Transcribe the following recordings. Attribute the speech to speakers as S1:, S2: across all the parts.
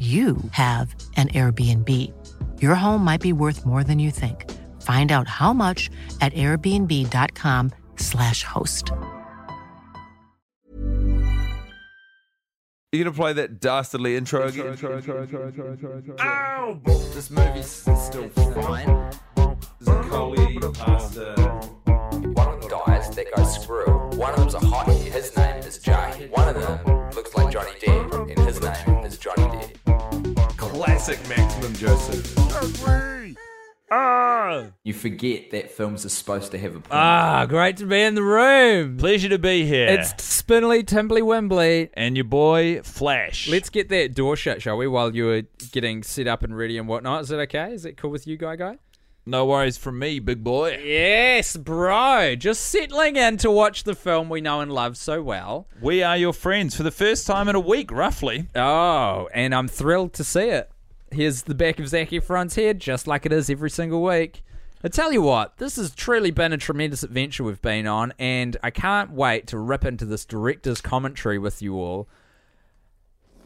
S1: you have an Airbnb. Your home might be worth more than you think. Find out how much at airbnb.com/slash host.
S2: You gonna play that dastardly intro again? Ah!
S3: Ow! This movie's still fine. Coley, pasta.
S4: One of them dies, they go screw. One of them's a hottie, his name is Jay. One of them looks like Johnny Depp, and his name is Johnny Depp.
S3: Classic Maximum Joseph.
S5: Ah,
S4: You forget that films are supposed to have a plot.
S5: ah, great to be in the room.
S6: Pleasure to be here.
S5: It's Spinley, Timbly, Wimbly.
S6: and your boy Flash.
S5: Let's get that door shut, shall we? While you were getting set up and ready and whatnot. Is it okay? Is it cool with you, Guy Guy?
S6: no worries from me, big boy.
S5: Yes, bro. Just settling in to watch the film we know and love so well.
S6: We are your friends for the first time in a week, roughly.
S5: Oh, and I'm thrilled to see it. Here's the back of Zac Efron's head, just like it is every single week. I tell you what, this has truly been a tremendous adventure we've been on, and I can't wait to rip into this director's commentary with you all.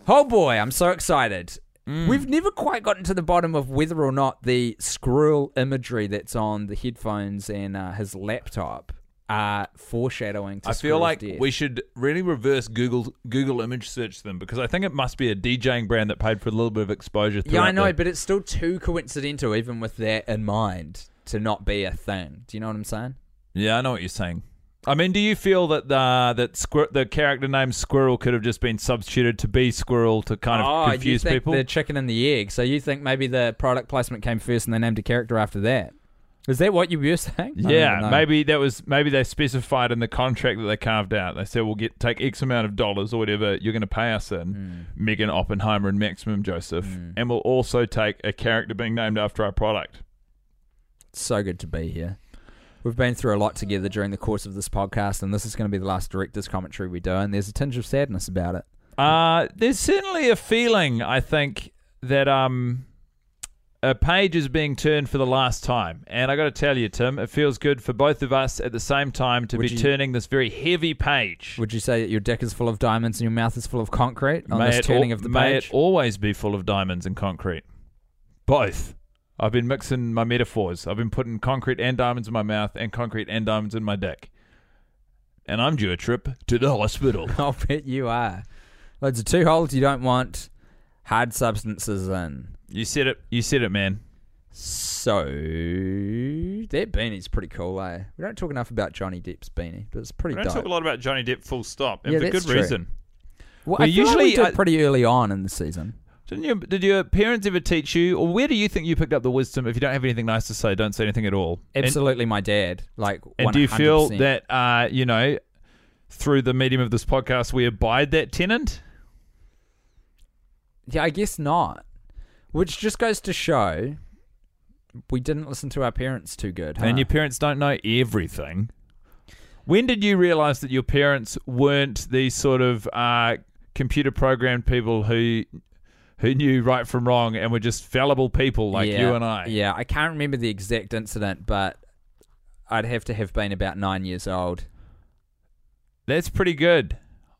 S5: Oh boy, I'm so excited.
S6: Mm.
S5: We've never quite gotten to the bottom of whether or not the scroll imagery that's on the headphones and uh, his laptop are foreshadowing to
S6: I feel
S5: Skrul's
S6: like
S5: death.
S6: we should really reverse Google Google image search them because I think it must be a DJing brand that paid for a little bit of exposure.
S5: Yeah, I
S6: throughout
S5: know,
S6: the-
S5: but it's still too coincidental, even with that in mind, to not be a thing. Do you know what I'm saying?
S6: yeah, I know what you're saying. I mean, do you feel that the that squir- the character name Squirrel could have just been substituted to be Squirrel to kind of
S5: Oh, you
S6: confuse
S5: think
S6: people?
S5: the chicken and the egg. So you think maybe the product placement came first, and they named a character after that? Is that what you were saying? I don't even
S6: Yeah,
S5: know.
S6: maybe that was maybe they specified in the contract that they carved out. They said we'll get take X amount of dollars or whatever you're going to pay us in
S5: Hmm.
S6: Megan Oppenheimer and Maximum Joseph, and we'll also take a character being named after our product.
S5: It's so good to be here. We've been through a lot together during the course of this podcast, and this is going to be the last director's commentary we do, and there's a tinge of sadness about it.
S6: Uh, there's certainly a feeling I think that um a page is being turned for the last time, and I got to tell you, Tim, it feels good for both of us at the same time to
S5: Would
S6: be
S5: you-
S6: turning this very heavy page.
S5: Would you say that your dick is full of diamonds and your mouth is full of concrete on this
S6: it
S5: turning
S6: al-
S5: of the
S6: may
S5: page?
S6: it always be full of diamonds and concrete. Both. I've been mixing my metaphors. I've been putting concrete and diamonds in my mouth and concrete and diamonds in my dick. And I'm due a trip to the hospital.
S5: I'll bet you are. Loads of two holes you don't want, hard substances in.
S6: you said it. You said it, man.
S5: So that beanie's pretty cool, eh? We don't talk enough about Johnny Depp's beanie, but it's pretty
S6: We don't
S5: dope.
S6: talk a lot about Johnny Depp full stop, and
S5: Yeah,
S6: for
S5: that's
S6: good
S5: true.
S6: reason.
S5: Well,
S6: We
S5: I feel like
S6: usually-
S5: we did
S6: I-
S5: pretty early on in the season.
S6: Didn't you, did your parents ever teach you, or where do you think you picked up the wisdom? If you don't have anything nice to say, don't say anything at all. And-
S5: Absolutely, my dad. Like,
S6: And do you feel
S5: 100%.
S6: that, uh, you know, through the medium of this podcast, we abide that tenant?
S5: Yeah, I guess not. Which just goes to show we didn't listen to our parents too good. Huh?
S6: And your parents don't know everything. When did you realize that your parents weren't these sort of uh, computer programmed people who who knew right from wrong and were just fallible people like
S5: Yeah,
S6: you and I?
S5: Yeah, I can't remember the exact incident, but I'd have to have been about nine years old.
S6: That's pretty good.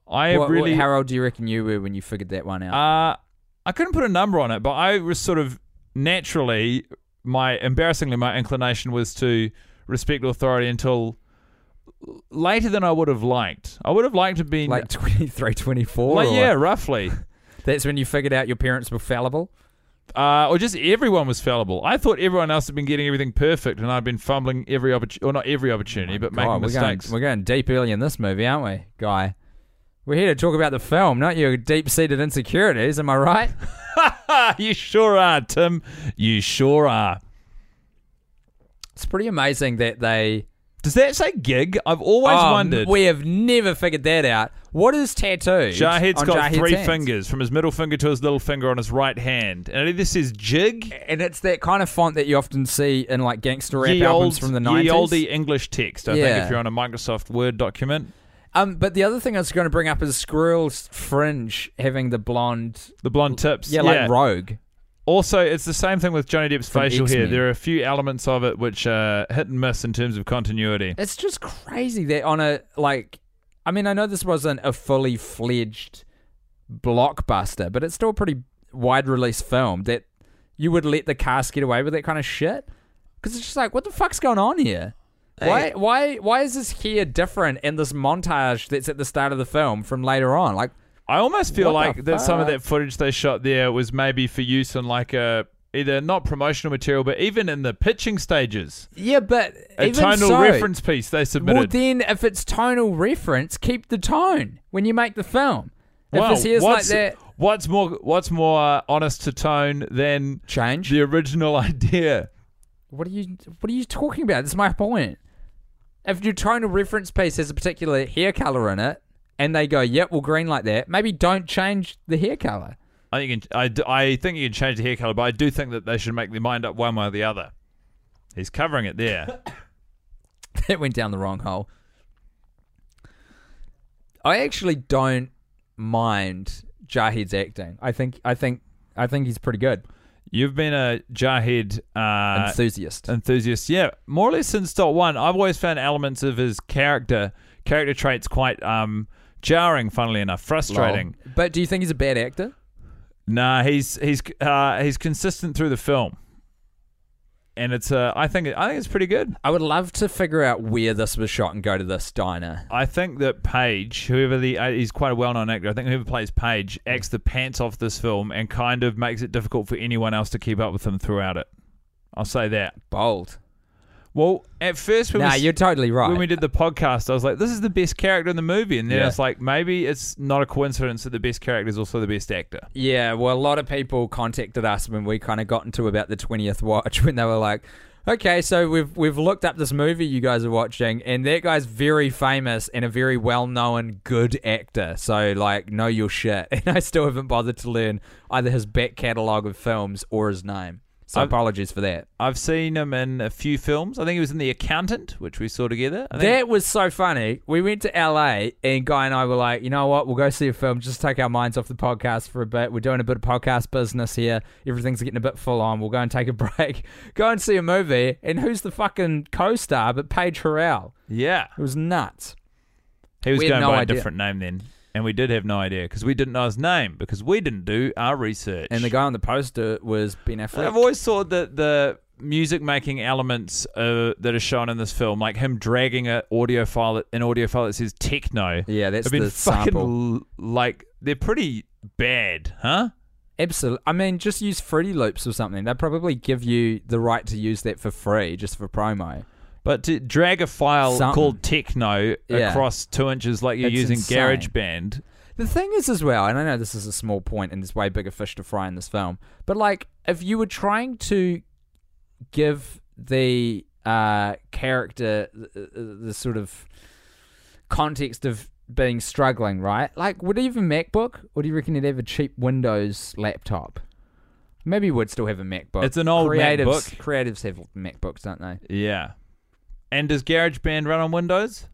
S6: I
S5: What- what-
S6: really
S5: how old do you reckon you were when you figured that one out?
S6: uh, I couldn't put a number on it, but I was sort of naturally my embarrassingly my inclination was to respect authority until later than I would have liked. I would have liked to be
S5: Like 23, 24.
S6: like
S5: or
S6: yeah,
S5: what?
S6: roughly.
S5: That's when you figured out your parents were fallible.
S6: uh, or just everyone was fallible. I thought everyone else had been getting everything perfect, and I'd been fumbling every opportunity, or not every opportunity, but making
S5: Oh God, we're going,
S6: mistakes.
S5: we're going deep early in this movie, aren't we, Guy? We're here to talk about the film, not your deep seated insecurities, am I right?
S6: you sure are, Tim. You sure are.
S5: It's pretty amazing that they.
S6: Does that say gig? I've always
S5: Oh,
S6: wondered.
S5: We have never figured that out. What is tattooed?
S6: Jahed's
S5: on
S6: got
S5: Jahed's
S6: three
S5: hands?
S6: fingers, from his middle finger to his little finger on his right hand, and it either says jig,
S5: And it's that kind of font that you often see in like gangster rap
S6: ye
S5: albums
S6: old-
S5: from the
S6: ye
S5: 90s.
S6: olde English text. I think
S5: Yeah.
S6: if you're on a Microsoft Word document,
S5: Um, but the other thing I was going to bring up is Skrill's fringe having the blonde,
S6: the blonde tips.
S5: yeah, like rogue.
S6: Also, it's the same thing with Johnny Depp's
S5: From
S6: facial hair.
S5: X-Men.
S6: There are a few elements of it which are hit and miss in terms of continuity.
S5: It's just crazy that on a like, I mean, I know this wasn't a fully fledged blockbuster, but it's still a pretty wide release film that you would let the cast get away with that kind of shit because it's just like, what the fuck's going on here? Why, why, why is this hair different in this montage that's at the start of the film from later on? Like,
S6: I almost feel
S5: What the
S6: like that some of
S5: fuck?
S6: that footage they shot there was maybe for use in like a either not promotional material, but even in the pitching stages,
S5: yeah, but
S6: a
S5: even
S6: tonal
S5: so-
S6: reference piece they
S5: Well,
S6: submitted.
S5: then if it's tonal reference, keep the tone when you make the film. If
S6: Wow,
S5: his hair's like
S6: what's,
S5: that,
S6: what's more what's more uh, honest to tone than
S5: change.
S6: the original idea?
S5: What are you What are you talking about? That's my point. If your tonal reference piece has a particular hair color in it, and they go, "Yep, we'll green like that," maybe don't change the hair color.
S6: I think you can, I, d- I think you can change the hair color, but I do think that they should make their mind up one way or the other. He's covering it there.
S5: that went down the wrong hole. I actually don't mind Jahed's acting. I think I think I think he's pretty good.
S6: You've been a Jarhead uh,
S5: Enthusiast.
S6: enthusiast, yeah, more or less since dot one. I've always found elements of his character character traits quite um, jarring. Funnily enough, frustrating.
S5: Lol. But do you think he's a bad actor?
S6: Nah, he's he's uh, he's consistent through the film, and it's uh, I think I think it's pretty good.
S5: I would love to figure out where this was shot and go to this diner.
S6: I think that Page, whoever the uh, he's quite a well-known actor. I think whoever plays Page acts the pants off this film and kind of makes it difficult for anyone else to keep up with him throughout it. I'll say that.
S5: Bold.
S6: Well, at first when
S5: Nah,
S6: we s-
S5: you're totally right.
S6: when we did the podcast, I was like, "This is the best character in the movie," and then
S5: Yeah.
S6: it's like, maybe it's not a coincidence that the best character is also the best actor.
S5: Yeah, well, a lot of people contacted us when we kind of got into about the twentieth watch when they were like, "Okay, so we've we've looked up this movie you guys are watching, and that guy's very famous and a very well known good actor. So like, know your shit." And I still haven't bothered to learn either his back catalogue of films or his name. So
S6: I've-
S5: apologies for that.
S6: I've seen him in a few films. I think he was in The Accountant, which we saw together. I think
S5: That was so funny. We went to LA and Guy and I were like, you know what? We'll go see a film, just take our minds off the podcast for a bit. We're doing a bit of podcast business here. Everything's getting a bit full on. We'll go and take a break. go and see a movie. And who's the fucking co star but Paige Harrell?
S6: yeah,
S5: It was nuts.
S6: he was
S5: We had
S6: going
S5: no
S6: by
S5: idea.
S6: a different name then, and we did have no idea because we didn't know his name because we didn't do our research.
S5: And the guy on the poster was Ben
S6: I've
S5: Affleck.
S6: always thought that the music making elements uh, that are shown in this film, like him dragging a audio file, an audio file that says techno,
S5: Yeah, that's
S6: have been
S5: the
S6: fucking
S5: sample.
S6: l- like they're pretty bad, huh?
S5: Absolutely. I mean, just use Fruity Loops or something. They probably give you the right to use that for free, just for promo.
S6: But to drag a file
S5: Something.
S6: called techno
S5: Yeah.
S6: across two inches like you're
S5: It's
S6: using
S5: insane.
S6: GarageBand,
S5: The thing is, as well, and I know this is a small point, and there's way bigger fish to fry in this film, but like, if you were trying to give the uh, character the, the sort of context of being struggling, right? Like, would he have a MacBook, or do you reckon he'd have a cheap Windows laptop? Maybe he would still have a MacBook.
S6: It's an old
S5: creatives,
S6: MacBook.
S5: Creatives have MacBooks, don't they?
S6: yeah. And does GarageBand run on Windows?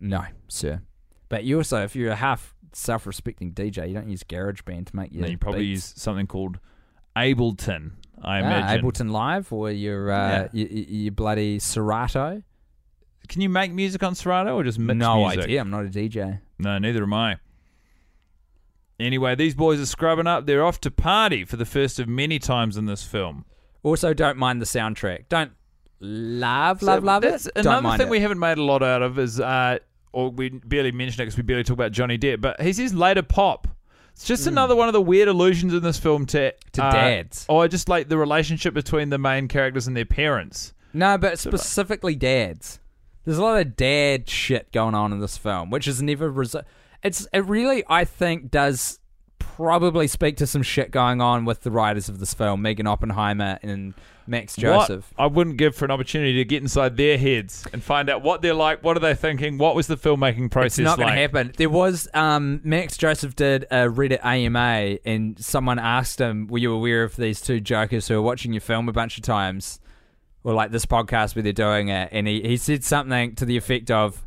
S5: No, sir. But you also, if you're a half self-respecting DJ, you don't use GarageBand to make your
S6: No, you probably
S5: beats.
S6: use something called Ableton. I
S5: Ah,
S6: imagine.
S5: Ableton Live or your uh, your, your bloody Serato.
S6: Can you make music on Serato or just mix
S5: no
S6: music?
S5: idea. I'm not a DJ.
S6: No, neither am I. Anyway, these boys are scrubbing up. They're off to party for the first of many times in this film.
S5: Also, don't mind the soundtrack. Don't Love, love, love
S6: That's
S5: it. Don't
S6: another
S5: mind
S6: thing
S5: it.
S6: we haven't made a lot out of is, uh, or we barely mentioned it because we barely talk about Johnny Depp, but he's his later pop. It's just another one of the weird allusions in this film to
S5: To
S6: uh,
S5: dads.
S6: or just like the relationship between the main characters and their parents.
S5: No, but specifically dads. There's a lot of dad shit going on in this film, which is never. Resi- it's it really, I think, does probably speak to some shit going on with the writers of this film, Megan Oppenheimer and Max Joseph.
S6: What I wouldn't give for an opportunity to get inside their heads and find out what they're like, what are they thinking, what was the filmmaking process
S5: It's not
S6: like.
S5: going to happen. There was um, Max Joseph did a Reddit AMA, and someone asked him, "Were you aware of these two jokers who are watching your film a bunch of times, or like this podcast where they're doing it?" And he, he said something to the effect of,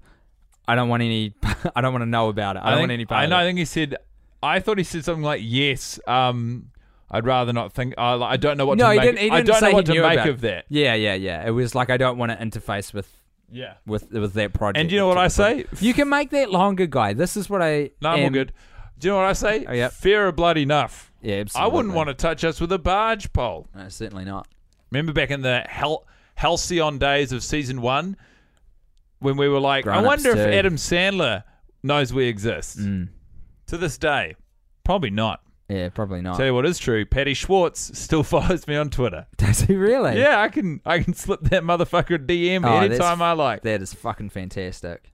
S5: "I don't want any. I don't want to know about it. I, don't
S6: think,
S5: want any part
S6: I
S5: of
S6: know. I
S5: it."
S6: think he said. I thought he said something like, "Yes, um, I'd rather not think. I I don't know what
S5: no,
S6: to
S5: he
S6: make.
S5: didn't. He didn't
S6: I don't
S5: say
S6: know what
S5: he
S6: to
S5: knew
S6: make
S5: about
S6: of
S5: it.
S6: that.
S5: Yeah, yeah, yeah. It was like I don't want to interface with
S6: Yeah.
S5: with with that project.
S6: And you know what I say?
S5: You can make that longer, guy. This is what I.
S6: No, I'm all
S5: am-
S6: good. Do you know what I say?
S5: Oh, yep.
S6: Fair or bloody enough.
S5: Yeah,
S6: I
S5: absolutely.
S6: wouldn't want to touch us with a barge pole.
S5: No, certainly not.
S6: Remember back in the Hal- halcyon days of season one, when we were like, I
S5: Grown-ups
S6: wonder if
S5: too. Mm.
S6: Adam Sandler knows we exist. To this day, probably not.
S5: Yeah, probably not.
S6: Tell you what is true, Patty Schwartz still follows me on Twitter.
S5: Does he really?
S6: Yeah, I can I can slip that motherfucker a DM
S5: Oh, that's-
S6: anytime I like.
S5: That is fucking fantastic.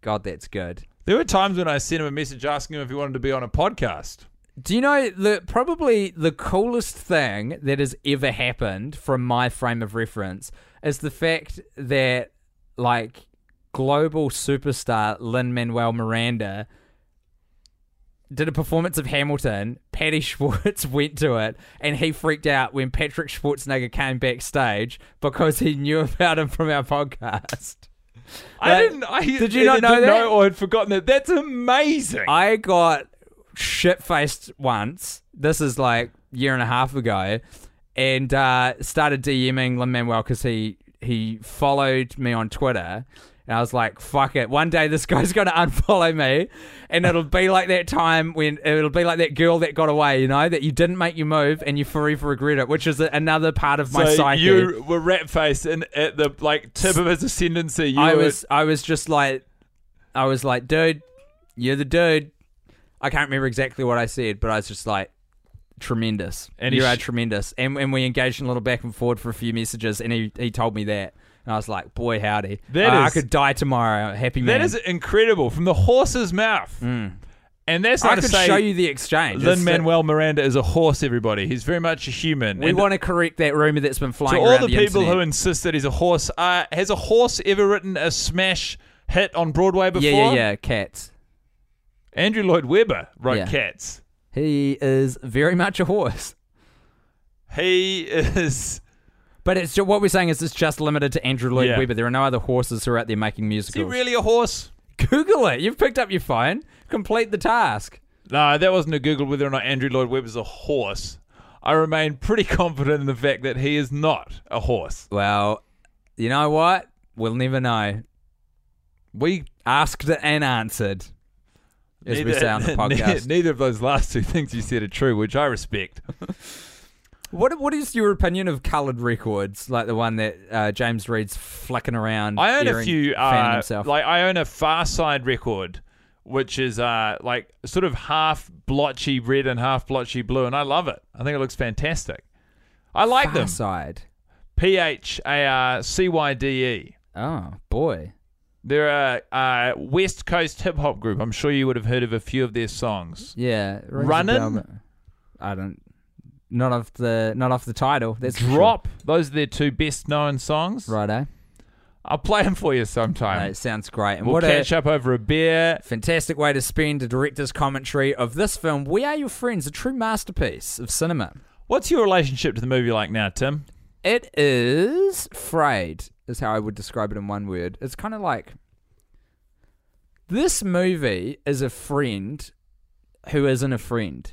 S5: God, that's good.
S6: There were times when I sent him a message asking him if he wanted to be on a podcast.
S5: Do you know the probably the coolest thing that has ever happened from my frame of reference is the fact that like global superstar Lin Manuel Miranda did a performance of Hamilton. Patty Schwartz went to it, and he freaked out when Patrick Schwarzenegger came backstage because he knew about him from our podcast.
S6: I
S5: That-
S6: didn't. I
S5: did you
S6: either
S5: not know
S6: didn't
S5: that?
S6: or had forgotten that. That's amazing.
S5: I got shit faced once. This is like year and a half ago, and uh, started DMing Lin Manuel because he he followed me on Twitter. And I was like, fuck it. One day this guy's going to unfollow me. And it'll be like that time when it'll be like that girl that got away, you know, that you didn't make your move and you forever regret it, which is another part of my
S6: so
S5: psyche.
S6: you were rat faced and at the like tip of his ascendancy. You
S5: I
S6: were,
S5: was I was just like I was like, dude, you're the dude. I can't remember exactly what I said, but I was just like tremendous.
S6: And
S5: And
S6: he
S5: you are
S6: sh-
S5: tremendous. And and we engaged in a little back and forward for a few messages and he, he told me that. And I was like, boy howdy.
S6: That
S5: I, I
S6: is-
S5: could die tomorrow. Happy man. Mm.
S6: That is incredible from the horse's mouth. And that's not
S5: I
S6: to
S5: could
S6: say
S5: show you the exchange.
S6: Lin
S5: It's-
S6: Manuel Miranda is a horse. Everybody, he's very much a human.
S5: We
S6: And
S5: want to correct that rumor that's been
S6: to
S5: flying
S6: all
S5: around
S6: the,
S5: the
S6: people
S5: internet.
S6: who insist that he's a horse. Uh, has a horse ever written a smash hit on Broadway before?
S5: yeah, yeah, yeah, cats.
S6: Andrew Lloyd Webber wrote
S5: Yeah.
S6: Cats.
S5: He is very much a horse.
S6: He is.
S5: But it's ju- what we're saying is it's just limited to Andrew Lloyd
S6: Yeah.
S5: Webber. There are no other horses who are out there making
S6: Is he
S5: musicals.
S6: really a horse?
S5: Google it. You've picked up your phone. Complete the task.
S6: No, that wasn't a Google whether or not Andrew Lloyd Webber's a horse. I remain pretty confident in the fact that he is not a horse.
S5: Well, you know what? We'll never know. We asked it and answered, as we say on the podcast.
S6: Neither of those last two things you said are true, which I respect.
S5: What What is your opinion of coloured records, like the one that uh, James Reed's flicking around?
S6: I own a
S5: airing-
S6: few.
S5: fanning
S6: Uh,
S5: himself.
S6: like I own a Far Side record, which is uh, like sort of half blotchy red and half blotchy blue, and I love it. I think it looks fantastic. I like
S5: Far
S6: them.
S5: Side.
S6: P H A R C Y D E.
S5: Oh boy.
S6: They're a uh, West Coast hip hop group. I'm sure you would have heard of a few of their songs.
S5: Yeah, rings a
S6: Runnin'?
S5: bell, but I don't. Not off the not off the title. That's for sure.
S6: Drop. Those are their two best known songs.
S5: Right, eh?
S6: I'll play them for you sometime.
S5: it sounds great. And
S6: We'll
S5: what
S6: catch
S5: a
S6: up over a beer.
S5: fantastic way to spend a director's commentary of this film, We Are Your Friends, a true masterpiece of cinema.
S6: What's your relationship to the movie like now, Tim?
S5: It is frayed, is how I would describe it in one word. It's kind of like this movie is a friend who isn't a friend.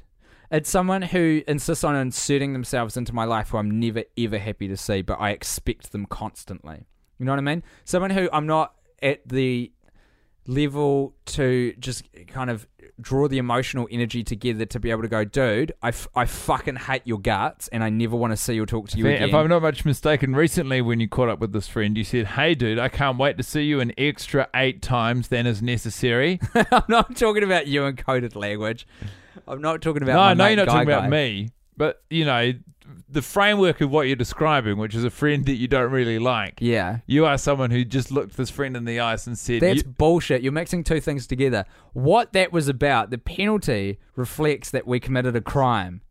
S5: It's someone who insists on inserting themselves into my life who I'm never ever happy to see, but I expect them constantly. You know what I mean? Someone who I'm not at the level to just kind of draw the emotional energy together to be able to go, dude, I, f- I fucking hate your guts and I never want to see or talk to you
S6: If-
S5: again.
S6: If I'm not much mistaken, recently when you caught up with this friend, you said, "Hey, dude, I can't wait to see you an extra eight times than is necessary."
S5: I'm not talking about you in coded language. I'm not talking about
S6: no,
S5: my
S6: I know
S5: mate
S6: you're not
S5: Guy
S6: talking
S5: Guy.
S6: about me, but you know the framework of what you're describing, which is a friend that you don't really like.
S5: Yeah.
S6: You are someone who just looked this friend in the eyes and said,
S5: That's
S6: "You-
S5: bullshit. You're mixing two things together. What that was about, the penalty reflects that we committed a crime.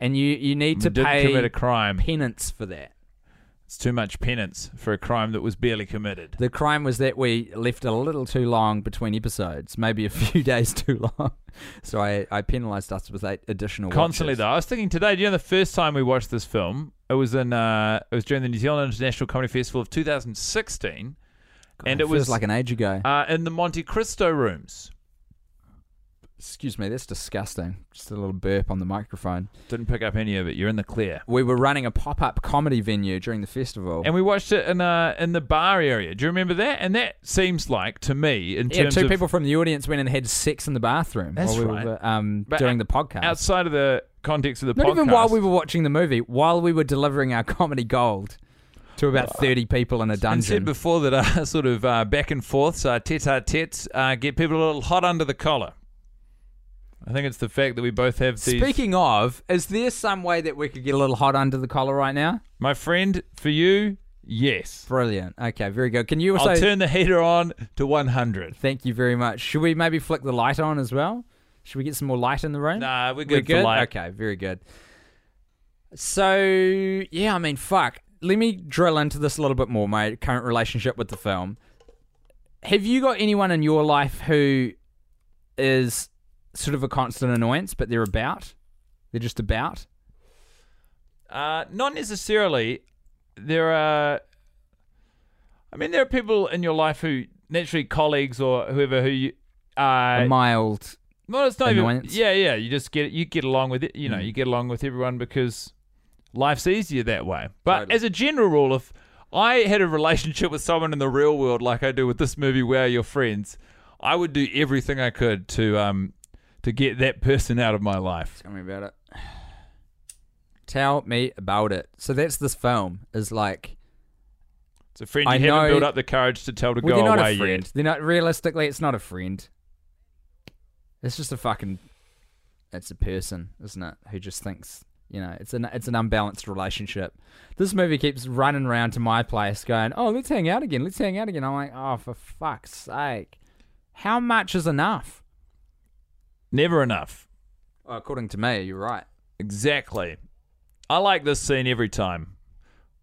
S5: And you, you need to
S6: did
S5: pay
S6: commit a crime.
S5: penance for that.
S6: It's too much penance for a crime that was barely committed."
S5: The crime was that we left a little too long between episodes, maybe a few days too long. So I, I penalised us with eight additional
S6: Constantly
S5: watches.
S6: though, I was thinking today. Do you know the first time we watched this film? It was in uh, it was during the New Zealand International Comedy Festival of 2016, and it
S5: Feels
S6: was
S5: like an age ago.
S6: uh, in the Monte Cristo rooms.
S5: Excuse me, that's disgusting. Just a little burp on the microphone.
S6: Didn't pick up any of it. You're in the clear.
S5: We were running a pop up comedy venue during the festival.
S6: And we watched it in uh, in the bar area. Do you remember that? And that seems like to me in
S5: yeah,
S6: terms
S5: two
S6: of
S5: people from the audience went and had sex in the bathroom
S6: That's
S5: while we
S6: right.
S5: were um,
S6: But uh,
S5: doing the podcast.
S6: outside of the context of the
S5: Not
S6: podcast.
S5: even while we were watching the movie, while we were delivering our comedy gold to about 30 people in a
S6: and said
S5: dungeon.
S6: before that uh, sort of uh, back and forths, uh, tete-a-tetes, uh, get people a little hot under the collar. I think it's the fact that we both have these.
S5: Speaking of, is there some way that we could get a little hot under the collar right now?
S6: My friend, for you, yes.
S5: Brilliant. Okay, very good. Can you also
S6: I'll turn the heater on to 100.
S5: thank you very much? Should we maybe flick the light on as well? Should we get some more light in the room?
S6: Nah, we're good, for light.
S5: Okay, very good. So yeah, I mean, fuck. Let me drill into this a little bit more. My current relationship with the film. Have you got anyone in your life who is sort of a constant annoyance, but they're about? They're just about.
S6: Uh, not necessarily. There are. I mean, there are people in your life who naturally colleagues or whoever who you.
S5: A
S6: Uh,
S5: mild.
S6: well, it's not even.
S5: annoyance.
S6: Yeah, yeah. You just get you get along with it. You know,
S5: Mm.
S6: you get along with everyone because life's easier that way. But
S5: Totally.
S6: as a general rule, if I had a relationship with someone in the real world like I do with this movie, where your friends, I would do everything I could to um to get that person out of my life.
S5: Tell me about it. Tell me about it. So that's this film is like.
S6: It's a friend you
S5: I
S6: haven't
S5: know-
S6: built up the courage to tell to
S5: Well,
S6: go
S5: they're not
S6: away
S5: a friend.
S6: yet.
S5: They're not realistically. It's not a friend. It's just a fucking. It's a person, isn't it? Who just thinks you know it's an it's an unbalanced relationship. This movie keeps running around to my place, going, "Oh, let's hang out again. Let's hang out again." I'm like, "Oh, for fuck's sake! How much is enough?"
S6: Never enough.
S5: Well, according to me, you're right.
S6: Exactly. I like this scene every time.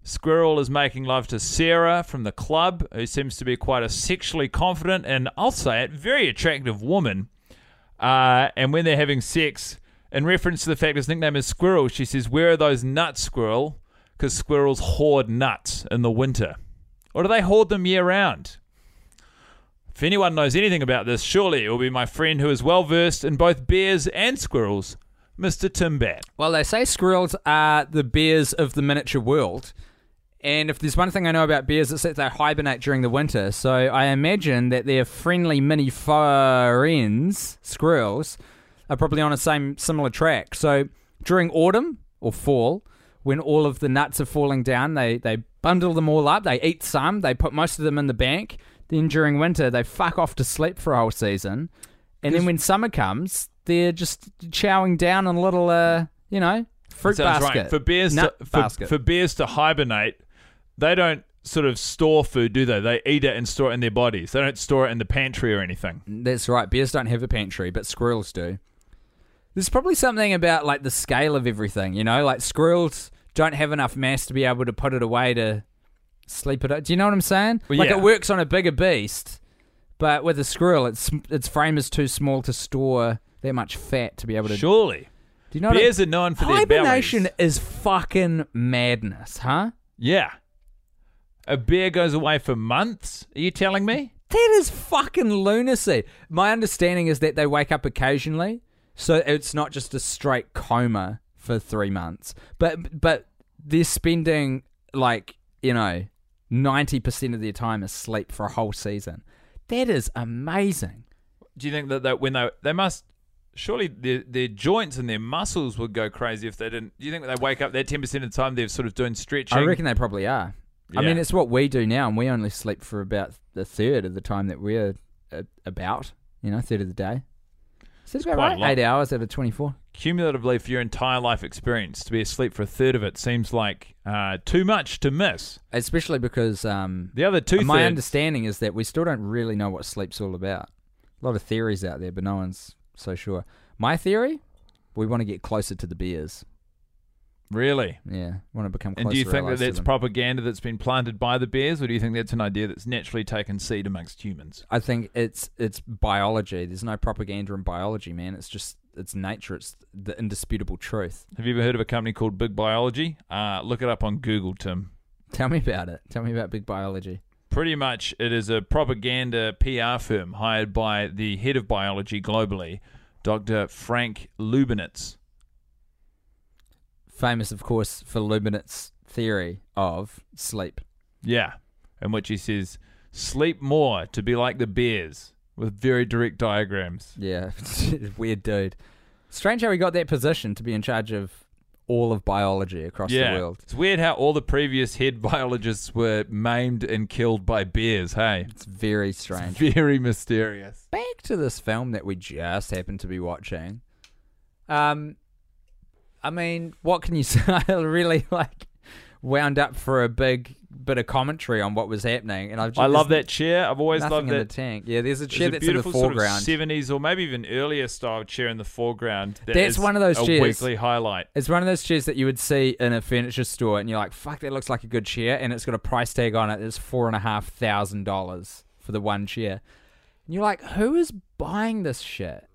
S6: Squirrel is making love to Sarah from the club, who seems to be quite a sexually confident and, I'll say it, very attractive woman. Uh, and when they're having sex, in reference to the fact his nickname is Squirrel, she says, Where are those nuts, Squirrel? Because squirrels hoard nuts in the winter. Or do they hoard them year round? If anyone knows anything about this, surely it will be my friend who is well versed in both bears and squirrels, Mr. Timbat.
S5: Well, they say squirrels are the bears of the miniature world. And if there's one thing I know about bears, it's that they hibernate during the winter. So I imagine that their friendly mini friends, squirrels, are probably on a same similar track. So during autumn or fall, when all of the nuts are falling down, they, they bundle them all up, they eat some, they put most of them in the bank. Then during winter, they fuck off to sleep for a whole season. And then when summer comes, they're just chowing down on a little, uh, you know, fruit
S6: Sounds
S5: basket.
S6: right. For bears,
S5: nut
S6: to, for,
S5: basket.
S6: for bears to hibernate, they don't sort of store food, do they? They eat it and store it in their bodies. They don't store it in the pantry or anything.
S5: That's right. Bears don't have a pantry, but squirrels do. There's probably something about like the scale of everything, you know, like squirrels don't have enough mass to be able to put it away to sleep it. out. Do you know what I'm saying?
S6: Well,
S5: like
S6: yeah.
S5: it works on a bigger beast, but with a squirrel, its its frame is too small to store that much fat to be able to.
S6: Surely,
S5: Do you know? what I-
S6: bears are known for their
S5: Hibernation
S6: bellies.
S5: is fucking madness, huh?
S6: Yeah, a bear goes away for months. Are you telling me?
S5: That is fucking lunacy. My understanding is that they wake up occasionally, so it's not just a straight coma for three months. But but they're spending like you know ninety percent of their time asleep for a whole season. That is amazing.
S6: Do you think that, that when they they must surely their their joints and their muscles would go crazy if they didn't? Do you think they wake up that ten percent of the time they're sort of doing stretching?
S5: I reckon they probably are. I mean,
S6: Yeah.
S5: it's what we do now, and we only sleep for about a third of the time that we're uh, about, you know, third of the day. So it's about
S6: quite a
S5: right?
S6: lot.
S5: Eight hours out of 24.
S6: cumulatively for your entire life experience to be asleep for a third of it seems like uh, too much to miss.
S5: Especially because um,
S6: The other two
S5: my
S6: thirds-
S5: understanding is that we still don't really know what sleep's all about. A lot of theories out there, but no one's so sure. My theory, we want to get closer to the beers.
S6: Really.
S5: Yeah, want to become closer.
S6: And do you think that
S5: allies to
S6: that's
S5: them.
S6: propaganda that's been planted by the bears, or do you think that's an idea that's naturally taken seed amongst humans?
S5: I think it's it's biology. There's no propaganda in biology, man. It's just it's nature. It's the indisputable truth.
S6: Have you ever heard of a company called Big Biology? Uh, look it up on Google, Tim.
S5: Tell me about it. Tell me about big biology.
S6: Pretty much, it is a propaganda PR firm hired by the head of biology globally, Dr. Frank Lubinitz.
S5: Famous, of course, for Lubinitz theory of sleep.
S6: Yeah, in which he says, sleep more to be like the bears, with very direct diagrams.
S5: Yeah, weird dude. Strange how he got that position to be in charge of all of biology across
S6: yeah,
S5: the world.
S6: it's weird how all the previous head biologists were maimed and killed by bears. Hey,
S5: It's very strange.
S6: very mysterious.
S5: back to this film that we just happened to be watching. Um, I mean, what can you say? I really like wound up for a big bit of commentary on what was happening, and I've just,
S6: I love that chair. I've always
S5: nothing
S6: loved
S5: in the
S6: that.
S5: tank. Yeah, there's a
S6: There's
S5: chair
S6: a
S5: that's in the
S6: beautiful sort of
S5: foreground.
S6: 70s or maybe even earlier style chair in the foreground. that
S5: That's
S6: is
S5: one of those
S6: a
S5: chairs.
S6: weekly highlight.
S5: it's one of those chairs that you would see in a furniture store, and you're like, "Fuck, that looks like a good chair," and it's got a price tag on it. It's four and a half thousand dollars for the one chair, and you're like, "Who is buying this shit?"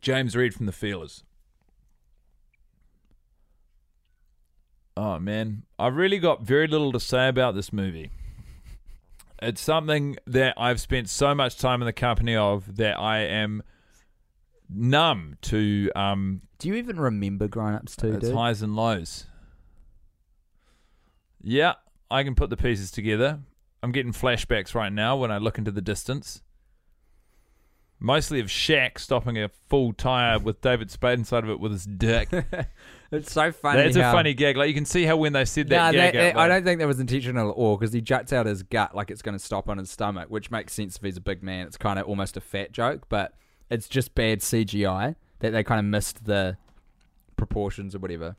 S6: James Reed from the Feelers. Oh man, I've really got very little to say about this movie. It's something that I've spent so much time in the company of that I am numb to um,
S5: Do you even remember Grown Ups Two?
S6: its
S5: dude?
S6: highs and lows. Yeah, I can put the pieces together. I'm getting flashbacks right now when I look into the distance. Mostly of Shaq stopping a full tire with David Spade inside of it with his dick.
S5: It's so funny.
S6: That's a
S5: how-
S6: funny gag. Like you can see how when they said
S5: Nah,
S6: that
S5: that-
S6: gag,
S5: that-
S6: out
S5: I
S6: loud-
S5: don't think that was intentional at all because he juts out his gut like it's going to stop on his stomach, which makes sense if he's a big man. It's kind of almost a fat joke, but it's just bad CGI that they kind of missed the proportions or whatever.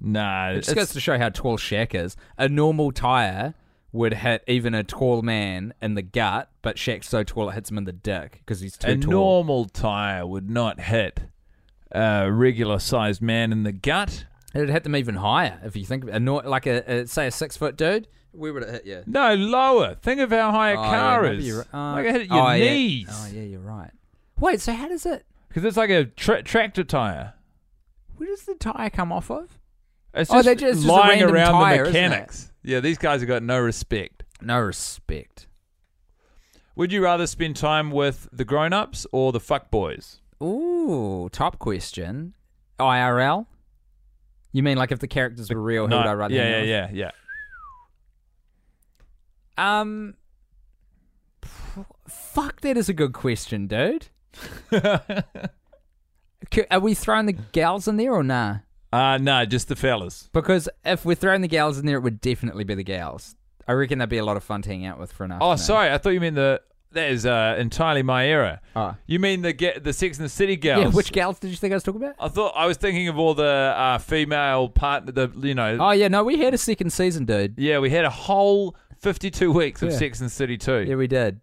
S6: Nah,
S5: It just
S6: it's-
S5: goes to show how tall Shaq is. A normal tire would hit even a tall man in the gut, but Shaq's so tall it hits him in the dick because he's too
S6: a
S5: tall.
S6: normal tire would not hit a regular sized man in the gut.
S5: It'd hit them even higher if you think of it. A nor- like a, a say a six foot dude. Where would it hit you?
S6: No, lower. Think of how high a
S5: Oh,
S6: car
S5: yeah, maybe
S6: is.
S5: you're- uh,
S6: like it hit your
S5: oh, yeah.
S6: knees.
S5: Oh yeah, you're right. Wait, so how does it?
S6: Because it's like a tra- tractor tire.
S5: Where does the tire come off of?
S6: It's
S5: Oh,
S6: just,
S5: they ju- it's just a
S6: lying
S5: random
S6: around
S5: tire,
S6: the
S5: isn't it?
S6: mechanics. Yeah, these guys have got no respect.
S5: No respect.
S6: Would you rather spend time with the grown ups or the fuck boys?
S5: Ooh, top question. IRL. You mean like if the characters were real, who would I rather? hang
S6: yeah,
S5: out
S6: yeah, yeah, yeah.
S5: with? Um. pff, Fuck, that is a good question, dude. C- Are we throwing the gals in there or nah?
S6: Uh, no, just the fellas.
S5: Because if we're throwing the gals in there, it would definitely be the gals. I reckon that'd be a lot of fun to hang out with for an afternoon.
S6: Oh, sorry, I thought you meant the. That is uh, entirely my error.
S5: Ah.
S6: You mean the get the Sex and the City
S5: Yeah,
S6: gals?
S5: which gals did you think I was talking about?
S6: I thought I was thinking of all the uh, female partner. The you know,
S5: Oh yeah, no, we had a second season, dude.
S6: yeah, we had a whole fifty-two weeks of
S5: Yeah.
S6: Sex and the City too.
S5: Yeah, we did.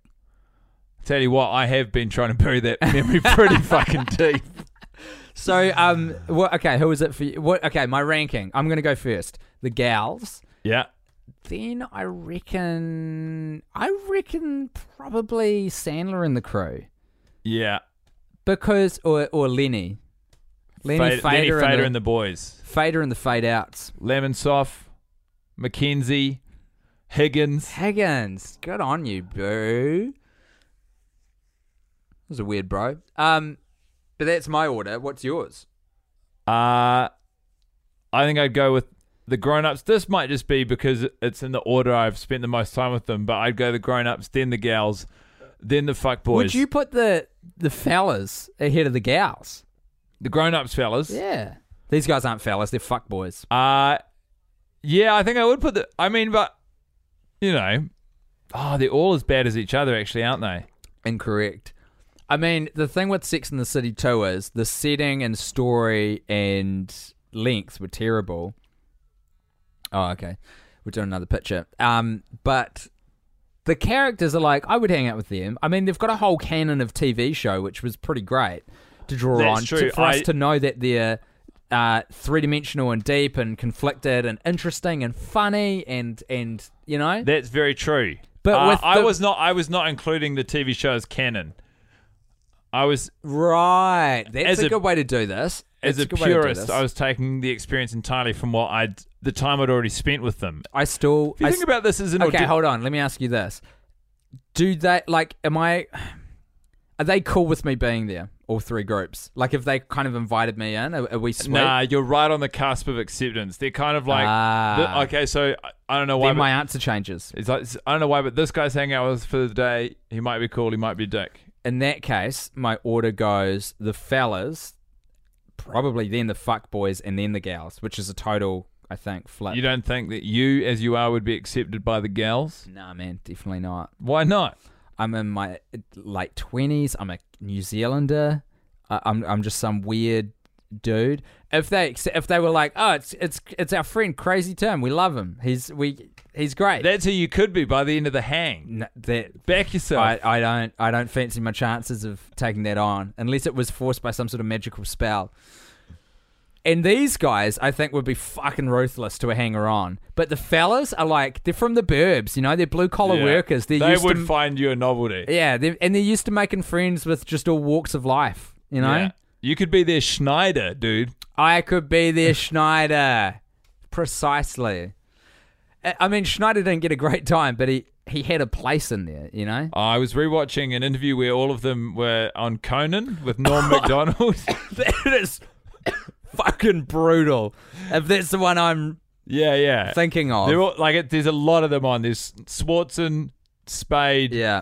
S6: Tell you what, I have been trying to bury that memory pretty fucking deep.
S5: So, um, what? Okay, who is it for? You? What? Okay, my ranking. I'm gonna go first. The gals.
S6: Yeah.
S5: Then I reckon. I reckon probably Sandler and the crew
S6: Yeah.
S5: because or or Lenny. Lenny
S6: Fade, Lenny
S5: Fader,
S6: Fader
S5: and the,
S6: boys.
S5: Fader and the fade outs.
S6: Lemonsoff, McKenzie, Higgins.
S5: Higgins, good on you, boo. That was a weird bro. Um, but that's my order. What's yours?
S6: Uh, I think I'd go with the grown ups. This might just be because it's in the order I've spent the most time with them, but I'd go the grown ups, then the gals, then the fuck boys.
S5: Would you put the the fellas ahead of the gals?
S6: the grown ups fellas?
S5: Yeah. These guys aren't fellas, they're fuck boys.
S6: Uh yeah, I think I would put the. I mean, but you know, oh, they're all as bad as each other, actually, aren't they?
S5: Incorrect. I mean, the thing with Sex in the City 2 is the setting and story and length were terrible. Oh, okay. We're doing another picture. Um, but the characters are like, I would hang out with them. I mean, they've got a whole canon of TV show, which was pretty great to draw
S6: That's
S5: on
S6: true.
S5: to- for
S6: I-
S5: us to know that they're uh, three dimensional and deep and conflicted and interesting and funny and and you know
S6: That's very true.
S5: But
S6: Uh,
S5: with
S6: I
S5: the-
S6: was not. I was not including the TV show as canon. I was
S5: right. That's
S6: As
S5: a,
S6: a-
S5: good way to do this.
S6: as
S5: That's
S6: a
S5: good way to do
S6: purist.
S5: this.
S6: I was taking the experience entirely from what I'd the time I'd already spent with them.
S5: I still.
S6: If you
S5: I
S6: think
S5: s-
S6: about this as an
S5: okay,
S6: audi-
S5: hold on. Let me ask you this: Do they like? Am I? Are they cool with me being there? All three groups. Like, if they kind of invited me in, are, are we sweet?
S6: Nah, you're right on the cusp of acceptance. They're kind of like,
S5: Ah.
S6: the- okay, so I, I don't know why.
S5: then
S6: but-
S5: my answer changes.
S6: it's like, I don't know why, but this guy's hanging out with us for the day. He might be cool. He might be a dick.
S5: In that case, my order goes the fellas, probably then the fuck boys, and then the gals, which is a total, I think, flip.
S6: You don't think that you, as you are, would be accepted by the gals?
S5: Nah, man, definitely not.
S6: Why not?
S5: I'm in my late twenties. I'm a New Zealander. I, I'm I'm just some weird dude. If they if they were like, oh, it's it's it's our friend Crazy Tim. We love him. He's we he's great.
S6: That's who you could be by the end of the hang.
S5: N- that
S6: Back yourself.
S5: I, I don't I don't fancy my chances of taking that on unless it was forced by some sort of magical spell. And these guys, I think, would be fucking ruthless to a hanger on. But the fellas are like they're from the burbs, you know. They're blue collar
S6: Yeah.
S5: workers. They're
S6: they
S5: used
S6: would
S5: to Eh,
S6: find you a novelty.
S5: yeah, they and they're used to making friends with just all walks of life, you know?
S6: Yeah. You could be their Schneider, dude.
S5: I could be their Schneider. Precisely. I I mean, Schneider didn't get a great time, but he, he had a place in there, you know?
S6: I was rewatching an interview where all of them were on Conan with Norm MacDonald.
S5: that is fucking brutal. If that's the one I'm
S6: yeah, yeah.
S5: thinking of.
S6: They're all, like it, there's a lot of them on. There's Swartzen, Spade,
S5: yeah.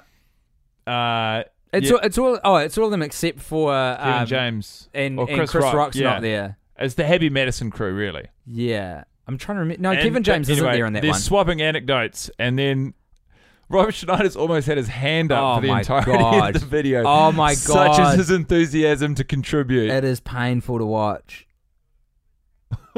S6: uh,
S5: It's,
S6: yeah,
S5: All, it's all oh, it's all of them except for uh,
S6: Kevin
S5: um,
S6: James
S5: and,
S6: or
S5: and Chris,
S6: Rock,
S5: Rock's
S6: yeah.
S5: not there.
S6: It's the heavy medicine crew, really.
S5: Yeah, I'm trying to remember. No,
S6: And-
S5: Kevin James
S6: but
S5: isn't
S6: anyway,
S5: there in that
S6: they're
S5: one.
S6: swapping anecdotes, and then Robert Schneider's almost had his hand up
S5: Oh
S6: for the
S5: my
S6: entirety
S5: God.
S6: of the video.
S5: Oh my
S6: Such is
S5: God.
S6: his enthusiasm to contribute.
S5: It is painful to watch.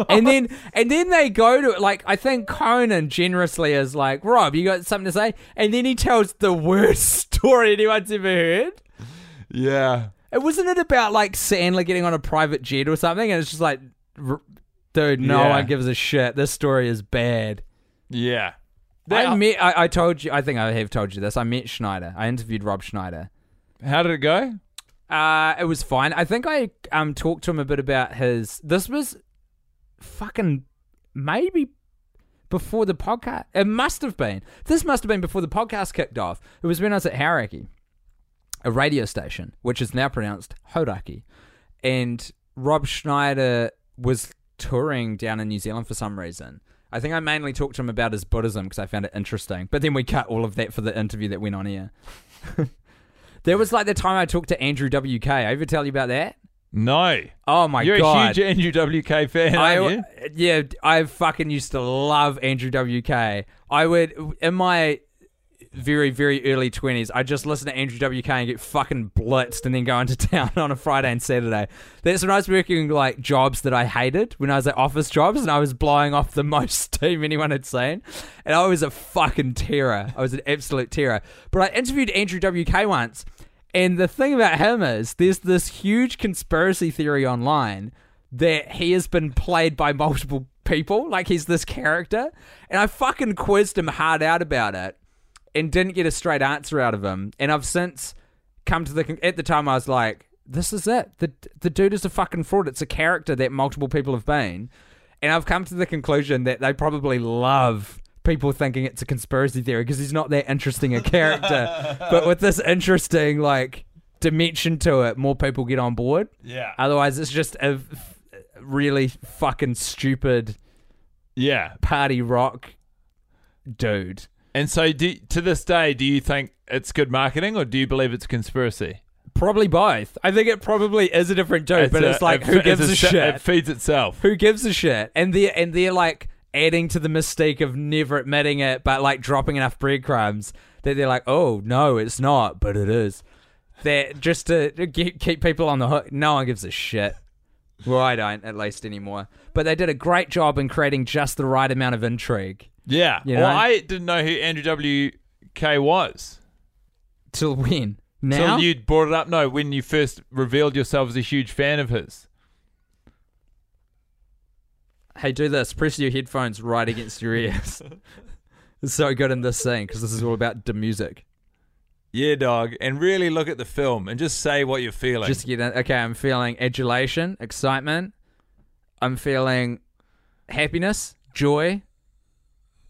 S5: and then and then they go to like I think Conan generously is like, Rob, you got something to say? And then he tells the worst story anyone's ever heard.
S6: yeah,
S5: And wasn't it about like Sandler getting on a private jet or something? And it's just like r- dude, no
S6: Yeah.
S5: one gives a shit. This story is bad.
S6: yeah.
S5: I
S6: That-
S5: met I, I told you I think I have told you this. I met Schneider. I interviewed Rob Schneider.
S6: How did it go?
S5: Uh, it was fine. I think I um talked to him a bit about his. This was fucking maybe before the podcast. It must have been. This must have been before the podcast kicked off. It was when I was at Hauraki, a radio station, which is now pronounced Hodaki, and Rob Schneider was touring down in New Zealand for some reason. I think I mainly talked to him about his Buddhism because I found it interesting. But then we cut all of that for the interview that went on here. There was like the time I talked to Andrew WK. I ever tell you about that?
S6: No.
S5: Oh my
S6: You're
S5: god!
S6: a huge NUWK fan, aren't
S5: I
S6: you?
S5: yeah, I fucking used to love Andrew WK. I would in my very very early twenties, I just listen to Andrew WK and get fucking blitzed, and then go into town on a Friday and Saturday. That's when I was working like jobs that I hated when I was at office jobs, and I was blowing off the most steam anyone had seen, and I was a fucking terror. I was an absolute terror. But I interviewed Andrew WK once. And the thing about him is, there's this huge conspiracy theory online that he has been played by multiple people. Like he's this character. And I fucking quizzed him hard out about it and didn't get a straight answer out of him. And I've since come to the con- at the time I was like, this is it. The the dude is a fucking fraud. It's a character that multiple people have been. And I've come to the conclusion that they probably love people thinking it's a conspiracy theory because he's not that interesting a character. but with this interesting like dimension to it, more people get on board.
S6: Yeah.
S5: Otherwise, it's just a f- really fucking stupid
S6: Yeah.
S5: party rock dude.
S6: And so do, to this day, do you think it's good marketing or do you believe it's a conspiracy?
S5: Probably both. I think it probably is a different dude, but
S6: a-
S5: it's like
S6: it
S5: who
S6: fe-
S5: gives
S6: it's
S5: a,
S6: se-
S5: shit?
S6: It feeds itself.
S5: who gives a shit? And they're and they're like adding to the mistake of never admitting it, but like dropping enough breadcrumbs that they're like, oh no, it's not, but it is. That just to to ge- keep people on the hook. No one gives a shit. Well, I don't, at least anymore. But they did a great job in creating just the right amount of intrigue.
S6: Yeah.
S5: You know?
S6: Well, I didn't know who Andrew WK was.
S5: Till when? Now?
S6: Till you brought it up. No, when you first revealed yourself as a huge fan of his.
S5: hey, do this. Press your headphones right against your ears. it's so good in this scene because this is all about the music.
S6: Yeah, dog. And really look at the film and just say what you're feeling.
S5: Just get in. Okay, I'm feeling adulation, excitement. I'm feeling happiness, joy.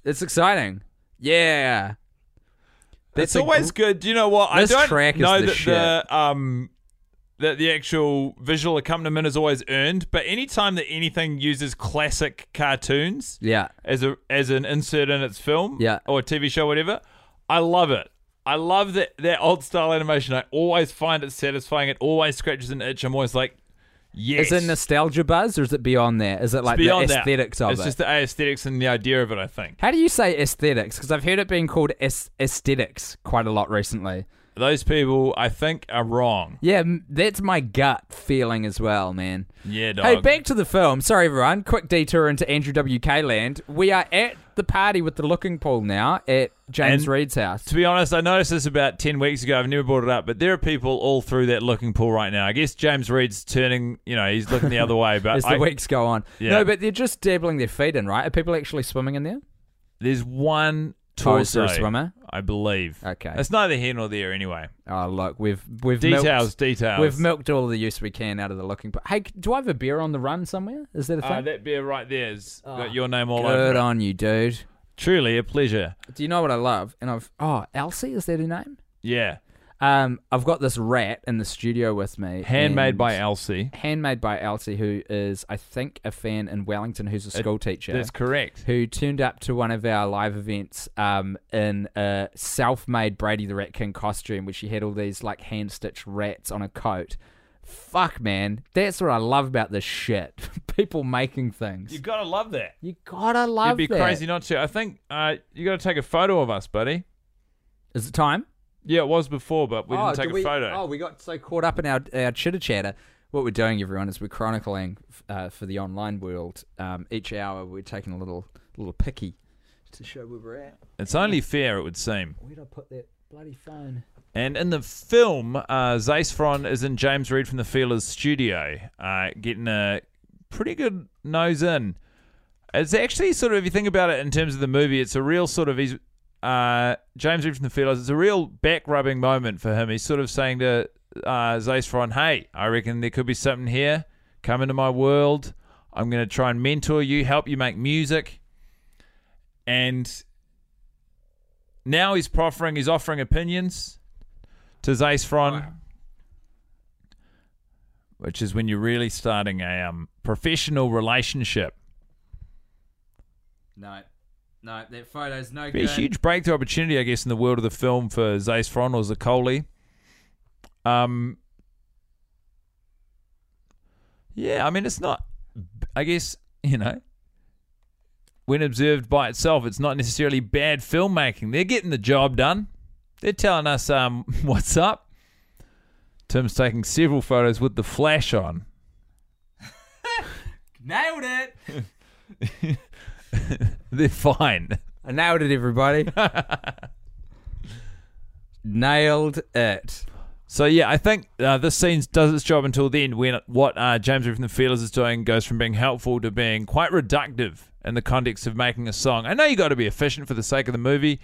S5: It's exciting. Yeah.
S6: it's
S5: a
S6: always good. You know what?
S5: This
S6: I don't
S5: track is
S6: know
S5: the
S6: that the um that the actual visual accompaniment is always earned, but anytime that anything uses classic cartoons
S5: gr- yeah.
S6: as a as an insert in its film
S5: Yeah.
S6: or TV show, whatever, I love it. I love that that old style animation. I always find it satisfying. It always scratches an itch. I'm always like, yes.
S5: Is it nostalgia buzz or is it beyond that? Is it like the
S6: beyond that.
S5: aesthetics of
S6: it's
S5: it?
S6: just the aesthetics and the idea of it. I think
S5: How do you say aesthetics? Because I've heard it being called aes- aesthetics quite a lot recently.
S6: those people, I think, are wrong.
S5: Yeah, m- that's my gut feeling as well, man.
S6: Yeah, dog.
S5: Hey, back to the film. Sorry, everyone. Quick detour into Andrew WK land. We are at the party with the looking pool now at James
S6: And-
S5: Reed's house.
S6: To be honest, I noticed this about 10 weeks ago. I've never brought it up, but there are people all through that looking pool right now. I guess James Reed's turning, you know, he's looking the other way, but
S5: As the
S6: I-
S5: weeks go on.
S6: Yeah.
S5: No, but they're just dabbling their feet in, right? Are people actually swimming in there?
S6: there's one
S5: Oh, is there
S6: torso,
S5: a swimmer?
S6: I believe.
S5: Okay.
S6: It's neither here nor there anyway.
S5: Oh, look, we've we've
S6: Details,
S5: milked,
S6: details.
S5: We've milked all the use we can out of the looking pool. Hey, do I have a beer on the run somewhere? Is that a thing? Ah,
S6: Uh, that beer right there has got your name all
S5: Good
S6: over it.
S5: on you, dude.
S6: Truly a pleasure.
S5: Do you know what I love? And I've oh, Elsie, is that her name?
S6: Yeah.
S5: Um, I've got this rat in the studio with me.
S6: Handmade
S5: and-
S6: by Elsie.
S5: handmade by Elsie, who is, I think, a fan in Wellington who's a school teacher.
S6: That's correct.
S5: Who turned up to one of our live events um, in a self made Brady the Rat King costume, where she had all these like hand stitched rats on a coat. Fuck, man. That's what I love about this shit. People making things.
S6: You
S5: You,
S6: gotta love that.
S5: gotta love
S6: You'd be
S5: that.
S6: crazy not to. I think uh, you gotta take a photo of us, buddy.
S5: Is it time?
S6: Yeah, it was before, but we didn't
S5: did
S6: take a
S5: we-
S6: photo.
S5: Oh, we got so caught up in our, our chitter chatter. What we're doing, everyone, is we're chronicling f- uh, for the online world. Um, each hour, we're taking a little little picky to show where we're at.
S6: It's only fair, it would seem.
S5: Where would I put that bloody phone?
S6: And in the film, uh, Zace Fron is in James Reed from the Feelers studio, uh, getting a pretty good nose in. It's actually sort of, if you think about it in terms of the movie, it's a real sort of, he's, uh, James Reed from the Feelers, it's a real back rubbing moment for him. He's sort of saying to uh, Zace Fron, hey, I reckon there could be something here. Come into my world. I'm going to try and mentor you, help you make music. And now he's proffering, he's offering opinions to Zace Fron, which is when you're really starting a um, professional relationship.
S5: No, no, that photo's no
S6: Be a huge breakthrough opportunity, I guess, in the world of the film for Zace Fron or Zaccoli. Um, yeah, I mean, it's not. I guess you know, when observed by itself, it's not necessarily bad filmmaking. They're getting the job done. They're telling us um, what's up. Tim's taking several photos with the flash on.
S5: Nailed it!
S6: They're fine.
S5: I nailed it, everybody. nailed it.
S6: So yeah, I think uh, this scene does its job until then, when what uh, James Reed from the Feelers is doing goes from being helpful to being quite reductive in the context of making a song. I know you got to be efficient for the sake of the movie,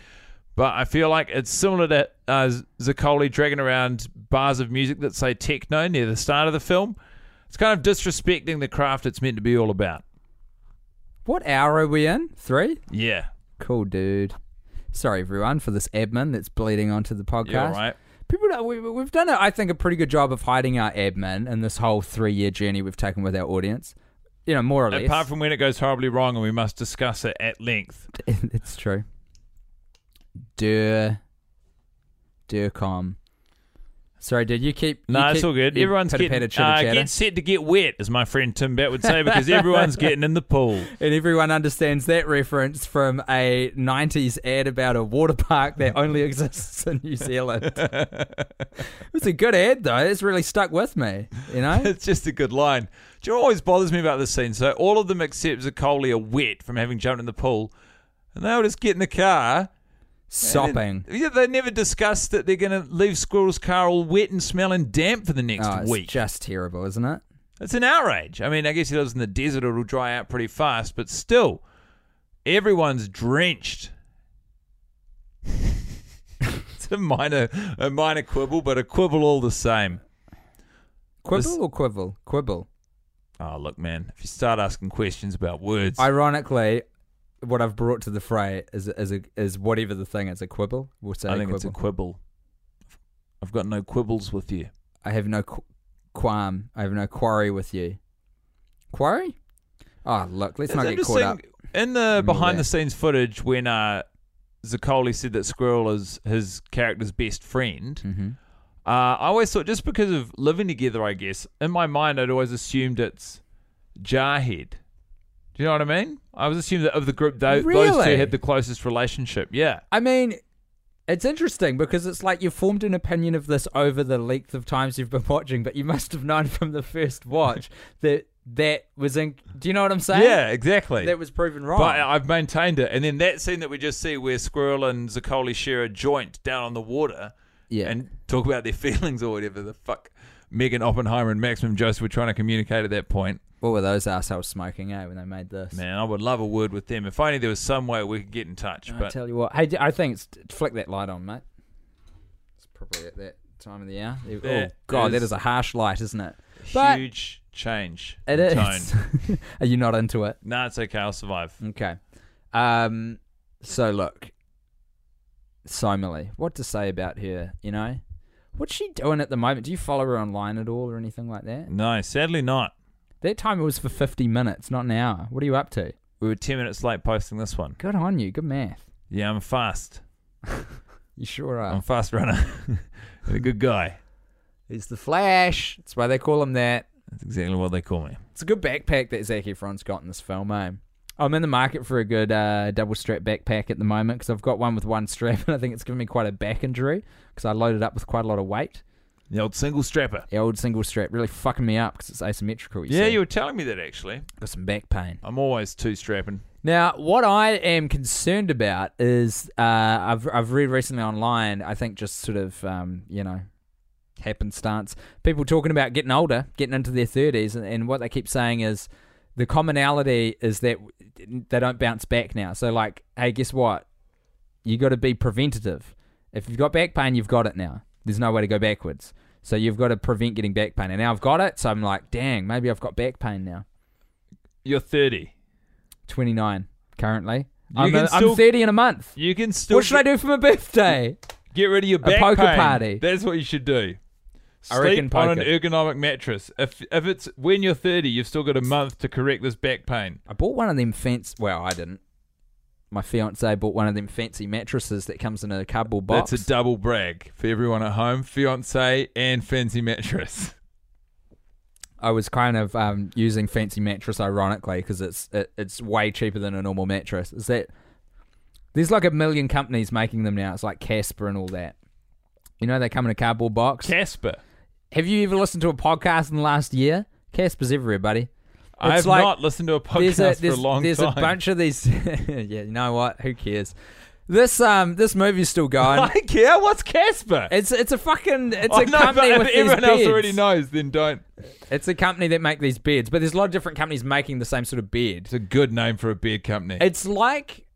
S6: but I feel like it's similar to uh, Zaccoli dragging around bars of music that say techno near the start of the film. It's kind of disrespecting the craft it's meant to be all about.
S5: What hour are we in? Three?
S6: Yeah,
S5: Cool, dude. Sorry, everyone, for this admin that's bleeding onto the podcast.
S6: yeah, right.
S5: People, don't, we, we've done, I think, a pretty good job of hiding our admin in this whole three-year journey we've taken with our audience. you know, more or less.
S6: Apart from when it goes horribly wrong and we must discuss it at length.
S5: it's true. Dur, Durcom. Sorry, did you keep?
S6: No,
S5: you
S6: it's
S5: keep-
S6: all good.
S5: you
S6: Everyone's
S5: pitter-patter,
S6: getting uh,
S5: chitter-chatter.
S6: get set to get wet, as my friend Tim Bat would say, because everyone's getting in the pool.
S5: and everyone understands that reference from a '90s ad about a water park that only exists in New Zealand. it was a good ad though. It's really stuck with me. You know,
S6: It's just a good line. Do you know what always bothers me about this scene? So all of them except Zacoli are wet from having jumped in the pool, and they'll just get in the car. and then-
S5: sopping.
S6: Yeah, they never discuss that they're going to leave Squirrel's car all wet and smelling damp for the next
S5: Oh, it's
S6: week.
S5: just terrible, isn't it?
S6: It's an outrage. I mean, I guess he lives in the desert; it'll dry out pretty fast, but still, everyone's drenched. it's a minor, a minor quibble, but a quibble all the same.
S5: Quibble
S6: This-
S5: or quibble? Quibble.
S6: Oh, look, man! If you start asking questions about words,
S5: Ironically, what I've brought to the fray is is a, is whatever the thing is a quibble. We'll say
S6: I think
S5: quibble.
S6: it's a quibble. I've got no quibbles with you.
S5: I have no qu- qualm. I have no quarry with you. Quarry? Oh, look, let's not get caught up.
S6: In the
S5: in all
S6: behind
S5: that.
S6: the scenes footage, when uh, Zaccoli said that Squirrel is his character's best friend,
S5: Mm-hmm.
S6: uh, I always thought just because of living together, I guess, in my mind, I'd always assumed it's Jarhead. Do you know what I mean? I was assumed that of the group, tho- those
S5: Really?
S6: two had the closest relationship. Yeah.
S5: I mean, it's interesting because it's like you've formed an opinion of this over the length of times you've been watching, but you must have known from the first watch that that was in. Do you know what I'm saying?
S6: Yeah, exactly.
S5: That was proven wrong.
S6: But uh, I've maintained it. And then that scene that we just see where Squirrel and Zaccoli share a joint down on the water
S5: Yeah.
S6: and talk about their feelings or whatever the fuck Megan Oppenheimer and Maximum Joseph were trying to communicate at that point.
S5: what were those assholes smoking, eh, when they made this?
S6: Man, I would love a word with them. If only there was some way we could get in touch.
S5: I
S6: But
S5: tell you what, hey, d- I think it's flick that light on, mate. It's probably at that time of the hour. oh
S6: That
S5: God, that
S6: is-
S5: is a harsh light, isn't it? But
S6: huge change.
S5: it
S6: in
S5: is.
S6: Tone.
S5: Are you not into it?
S6: Nah, it's okay. I'll survive.
S5: Okay. Um. So look, Simile, what to say about her? You know, what's she doing at the moment? Do you follow her online at all or anything like that?
S6: No, sadly not.
S5: That time it was for fifty minutes, not an hour. What are you up to?
S6: We were 10 minutes late posting this one.
S5: Good on you. Good math.
S6: Yeah, I'm fast.
S5: You sure are.
S6: I'm a fast runner. and a good guy.
S5: He's the Flash. That's why they call him that.
S6: That's exactly what they call me.
S5: It's a good backpack that Zac Efron's got in this film, eh? I'm in the market for a good uh, double strap backpack at the moment because I've got one with one strap and I think it's given me quite a back injury because I loaded up with quite a lot of weight.
S6: The old single strapper.
S5: The old single strap really fucking me up because it's asymmetrical. You
S6: Yeah,
S5: see.
S6: you were telling me that actually.
S5: got some back pain.
S6: I'm always two strapping.
S5: Now, what I am concerned about is uh, I've I've read recently online. I think just sort of um, you know happenstance people talking about getting older, getting into their thirties, and, and what they keep saying is the commonality is that they don't bounce back now. So like, hey, guess what? You got to be preventative. If you've got back pain, you've got it now. There's no way to go backwards. So you've got to prevent getting back pain. And now I've got it, so I'm like, dang, maybe I've got back pain now.
S6: You're 30.
S5: 29 currently.
S6: You
S5: I'm,
S6: can
S5: a,
S6: still-
S5: I'm 30 in a month.
S6: You can still
S5: What should I
S6: get,
S5: do for my birthday?
S6: get rid of your back
S5: poker
S6: pain.
S5: party.
S6: That's what you should do.
S5: I reckon
S6: Sleep on an
S5: poker.
S6: ergonomic mattress. If if it's when you're 30, you've still got a month to correct this back pain.
S5: I bought one of them fancy. Well, I didn't. My fiance bought one of them fancy mattresses that comes in a cardboard box.
S6: That's a double brag for everyone at home, fiance and fancy mattress.
S5: I was kind of um, using fancy mattress ironically because it's it, it's way cheaper than a normal mattress. Is that there's like a million companies making them now? It's like Casper and all that. You know they come in a cardboard box.
S6: Casper.
S5: Have you ever listened to a podcast in the last year? Casper's everywhere, buddy.
S6: I have
S5: like-
S6: not listened to a podcast
S5: there's a,
S6: for a
S5: there's,
S6: long
S5: there's
S6: time.
S5: a bunch of these. yeah, you know what? Who cares? This um this movie's still going.
S6: I care. What's Casper?
S5: It's it's a fucking it's
S6: I
S5: a
S6: know,
S5: company
S6: but
S5: with
S6: if
S5: these
S6: everyone else
S5: beds.
S6: already knows, then don't.
S5: It's a company that make these beds, but there's a lot of different companies making the same sort of bed.
S6: It's a good name for a beer company.
S5: It's like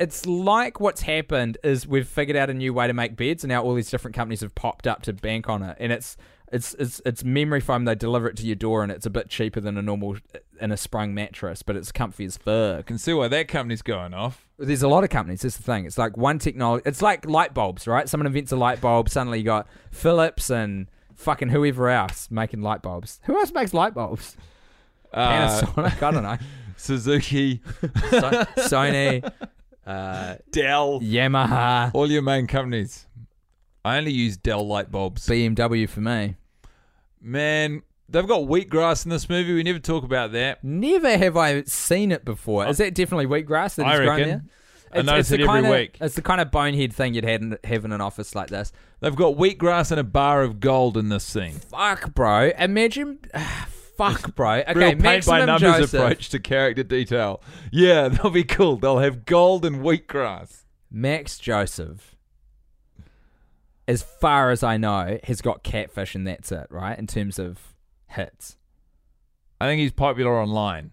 S5: it's like what's happened is we've figured out a new way to make beds, and now all these different companies have popped up to bank on it, and it's. It's, it's it's memory foam. They deliver it to your door, and it's a bit cheaper than a normal and a sprung mattress, but it's comfy as fuck.
S6: I can see why that company's going off.
S5: there's a lot of companies. That's the thing. It's like one technology. It's like light bulbs, right? Someone invents a light bulb. Suddenly you got Philips and fucking whoever else making light bulbs. Who else makes light bulbs?
S6: Uh,
S5: Panasonic. I don't know.
S6: Suzuki,
S5: So- Sony, uh,
S6: Dell,
S5: Yamaha,
S6: all your main companies. I only use Dell light bulbs.
S5: BMW for me.
S6: Man, they've got wheatgrass in this movie. We never talk about that.
S5: Never have I seen it before. Is that definitely wheatgrass that
S6: I
S5: is grown
S6: reckon.
S5: there?
S6: I notice it
S5: the
S6: every
S5: kinda,
S6: week.
S5: It's the kind of bonehead thing you'd had in, have in an office like this.
S6: They've got wheatgrass and a bar of gold in this scene.
S5: Fuck, bro. Imagine. fuck, bro. Okay,
S6: Real paint by
S5: Maximum
S6: numbers
S5: Joseph.
S6: approach to character detail. Yeah, they'll be cool. They'll have gold and wheatgrass.
S5: Max Joseph, as far as I know, has got catfish, and that's it, right? In terms of hits,
S6: I think he's popular online.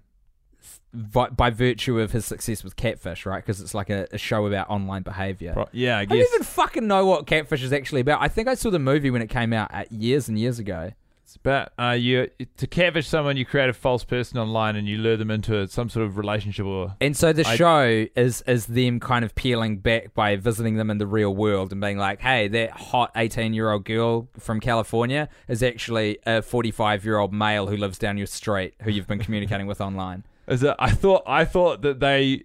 S5: by, by virtue of his success with catfish, right? Because it's like a, a show about online behavior.
S6: Pro- yeah, I
S5: I
S6: guess.
S5: don't even fucking know what Catfish is actually about. I think I saw the movie when it came out uh, years and years ago.
S6: It's about uh, you to catfish someone. You create a false person online and you lure them into some sort of relationship or
S5: And so the
S6: I-
S5: show is is them kind of peeling back by visiting them in the real world and being like, "Hey, that hot eighteen year old girl from California is actually a forty five year old male who lives down your street who you've been communicating with online."
S6: Is it, I thought I thought that they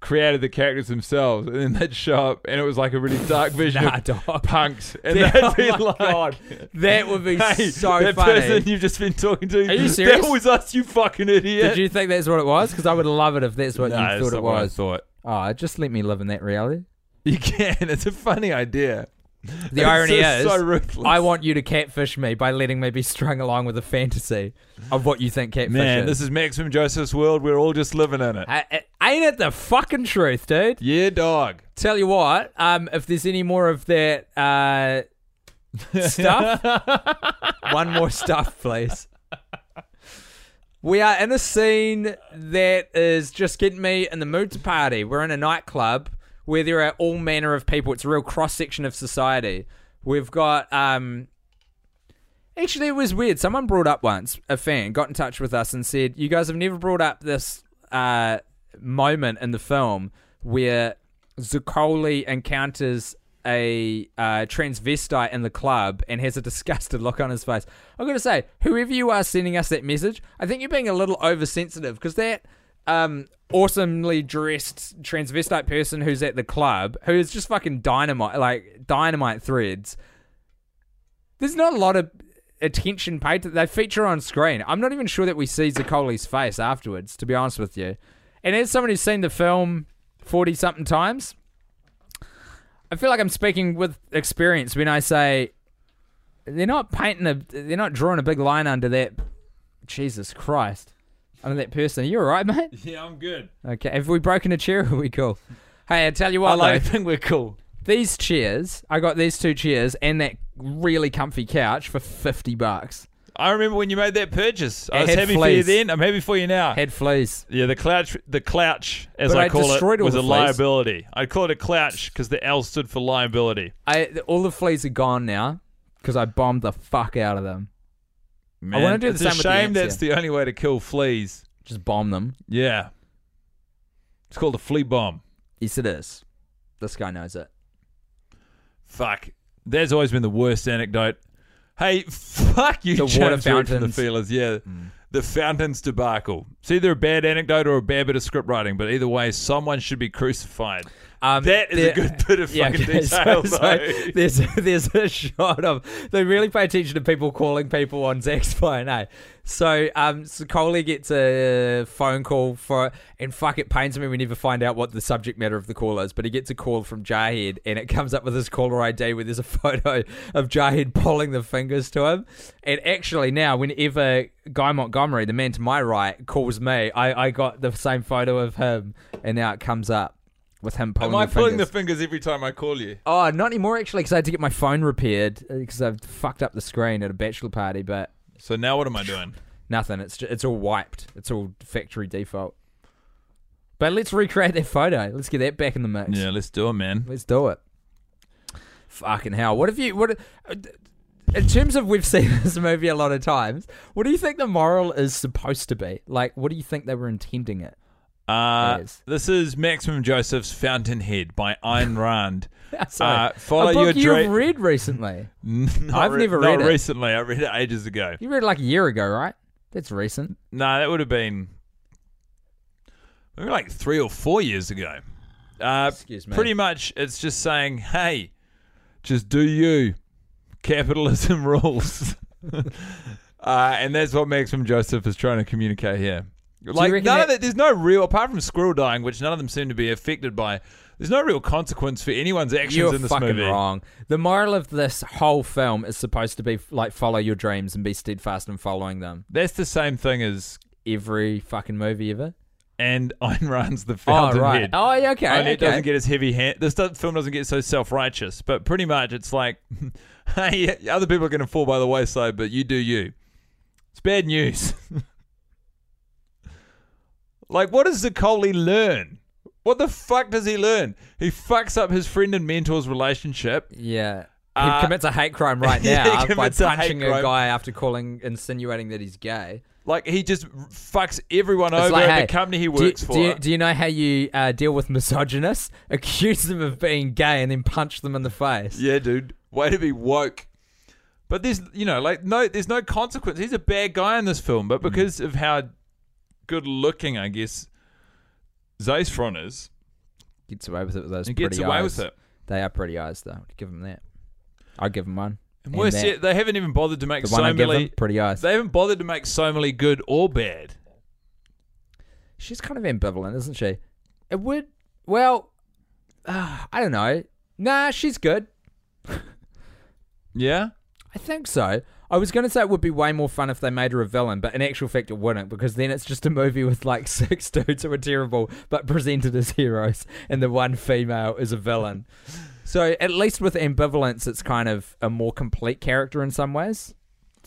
S6: created the characters themselves, and then they'd show up, and it was like a really dark vision
S5: Nah,
S6: of
S5: dog.
S6: punks, and
S5: Yeah,
S6: they'd
S5: oh
S6: be
S5: my
S6: like,
S5: God. That would be
S6: "Hey,
S5: so
S6: that
S5: funny.
S6: person you've just been talking to,
S5: Are you serious?
S6: that was us, you fucking idiot."
S5: Did you think that's what it was? Because I would love it if that's what
S6: No,
S5: you
S6: that's
S5: thought
S6: not
S5: it
S6: what I
S5: was.
S6: thought.
S5: Oh, just let me live in that reality.
S6: You can. It's a funny idea.
S5: The irony
S6: just
S5: is,
S6: so ruthless.
S5: I want you to catfish me by letting me be strung along with a fantasy of what you think catfish
S6: Man,
S5: is.
S6: this is Maximum Joseph's world. We're all just living in it.
S5: I, I- ain't it the fucking truth, dude?
S6: Yeah, dog.
S5: Tell you what, um, if there's any more of that uh, stuff, one more stuff, please. We are in a scene that is just getting me in the mood to party. We're in a nightclub where there are all manner of people. It's a real cross section of society. We've got um, Actually, it was weird. Someone brought up once, a fan got in touch with us and said, You guys have never brought up this uh, moment in the film where Zuccoli encounters a uh, transvestite in the club and has a disgusted look on his face. I've got to say, whoever you are sending us that message, I think you're being a little oversensitive because that um, awesomely dressed transvestite person who's at the club, who is just fucking dynamite, like dynamite threads there's not a lot of attention paid to they feature on screen. I'm not even sure that we see Zaccoli's face afterwards, to be honest with you. And as someone who's seen the film forty something times, I feel like I'm speaking with experience when I say they're not painting a they're not drawing a big line under that Jesus Christ. Under that person. Are you alright, mate?
S6: Yeah, I'm good.
S5: Okay. Have we broken a chair or are we cool? Hey, I tell you what,
S6: I like,
S5: though
S6: think we're cool.
S5: these chairs, I got these two chairs and that really comfy couch for 50 bucks.
S6: I remember when you made that purchase. I
S5: It
S6: was
S5: had
S6: happy
S5: fleas.
S6: for you then. I'm happy for you now.
S5: Had fleas.
S6: yeah, the clouch, the clouch, as
S5: But
S6: I
S5: I
S6: call it,
S5: destroyed all
S6: was
S5: the
S6: a
S5: fleas.
S6: liability. I call it a clouch because the L stood for liability.
S5: I th- all the fleas are gone now because I bombed the fuck out of them.
S6: Man,
S5: wanna do the
S6: it's
S5: same
S6: a
S5: with the
S6: shame
S5: ants,
S6: that's the only way to kill fleas.
S5: Just bomb them.
S6: Yeah, it's called a flea bomb.
S5: Yes, it is. This guy knows it.
S6: Fuck, that's always been the worst anecdote. Hey, fuck you,
S5: The
S6: James
S5: water
S6: Reed from
S5: fountains.
S6: the feelers. Yeah, the fountains debacle. It's either a bad anecdote or a bad bit of script writing, but either way, someone should be crucified.
S5: Um,
S6: That is a
S5: there-
S6: good bit of fucking
S5: so-
S6: detail,
S5: so
S6: though.
S5: there's there's a shot of they really pay attention to people calling people on Zach's phone, eh? So um, Sokoli gets a phone call for, and fuck, it pains me we never find out what the subject matter of the call is, but he gets a call from Jahid, and it comes up with his caller ID where there's a photo of Jahid pulling the fingers to him. And actually, now whenever Guy Montgomery, the man to my right, calls me, I, I got the same photo of him, and now it comes up. With him pulling
S6: Am I
S5: the
S6: pulling
S5: fingers.
S6: the fingers every time I call you?
S5: Oh, not anymore actually, because I had to get my phone repaired because I've fucked up the screen at a bachelor party. But
S6: So now what am I doing?
S5: nothing. It's just, it's all wiped. It's all factory default. But let's recreate that photo. Let's get that back in the mix.
S6: Yeah, let's do it, man.
S5: Let's do it. Fucking hell! What have you? What? uh, In terms of we've seen this movie a lot of times, what do you think the moral is supposed to be? Like, what do you think they were intending it?
S6: Uh,
S5: Yes.
S6: this is Maximum Joseph's Fountainhead by Ayn Rand.
S5: Sorry.
S6: Uh, follow
S5: a book
S6: your
S5: you've
S6: dra-
S5: read recently.
S6: Not
S5: I've never read
S6: not
S5: it.
S6: recently. I read it ages ago.
S5: You read it like a year ago, right? That's recent.
S6: No, that would have been maybe like three or four years ago. Uh,
S5: Excuse me.
S6: Pretty much, it's just saying, "Hey, just do you." Capitalism rules, uh, and that's what Maxim Joseph is trying to communicate here. Like none
S5: reckon
S6: of
S5: that-
S6: it, there's no real apart from squirrel dying, which none of them seem to be affected by. There's no real consequence for anyone's actions
S5: You're
S6: in this
S5: fucking
S6: movie.
S5: wrong. The moral of this whole film is supposed to be like follow your dreams and be steadfast in following them.
S6: That's the same thing as
S5: Every fucking movie ever.
S6: and Ayn Rand's The
S5: Oh
S6: Fountainhead.
S5: right. Oh yeah. Okay.
S6: Only
S5: okay.
S6: it doesn't get as heavy hand. This do- film doesn't get so self righteous, but pretty much it's like, hey, other people are going to fall by the wayside, but you do you. It's bad news. like, what does Zicoli learn? What the fuck does he learn? He fucks up his friend and mentor's relationship.
S5: yeah. He
S6: Uh,
S5: commits a hate crime right
S6: yeah, he
S5: now by
S6: commits a hate
S5: punching a
S6: crime.
S5: guy after calling, insinuating that he's gay.
S6: Like, he just fucks everyone
S5: It's
S6: over
S5: like,
S6: at
S5: hey,
S6: the company
S5: do
S6: he
S5: you-
S6: works
S5: do,
S6: for.
S5: you, do you know how you uh, deal with misogynists? Accuse them of being gay and then punch them in the face.
S6: Yeah, dude. Way to be woke. But there's, you know, like no, there's no consequence. He's a bad guy in this film,
S5: Mm.
S6: but because of how good looking, I guess, Zaysfron is,
S5: Gets away with it with those
S6: he
S5: pretty
S6: gets away
S5: eyes.
S6: with it.
S5: They are pretty eyes, though. I'd give them that. I'd give them one. And
S6: And worse
S5: that-
S6: yet, they haven't even bothered to make
S5: The one I
S6: so
S5: give them,
S6: many.
S5: pretty eyes.
S6: They haven't bothered to make so many good or bad.
S5: She's kind of ambivalent, isn't she? It would. Well, uh, I don't know. Nah, she's good.
S6: Yeah,
S5: I think so. I was going to say it would be way more fun if they made her a villain, but in actual fact, it wouldn't because then it's just a movie with like six dudes who are terrible but presented as heroes, and the one female is a villain. so at least with ambivalence, it's kind of a more complete character in some ways.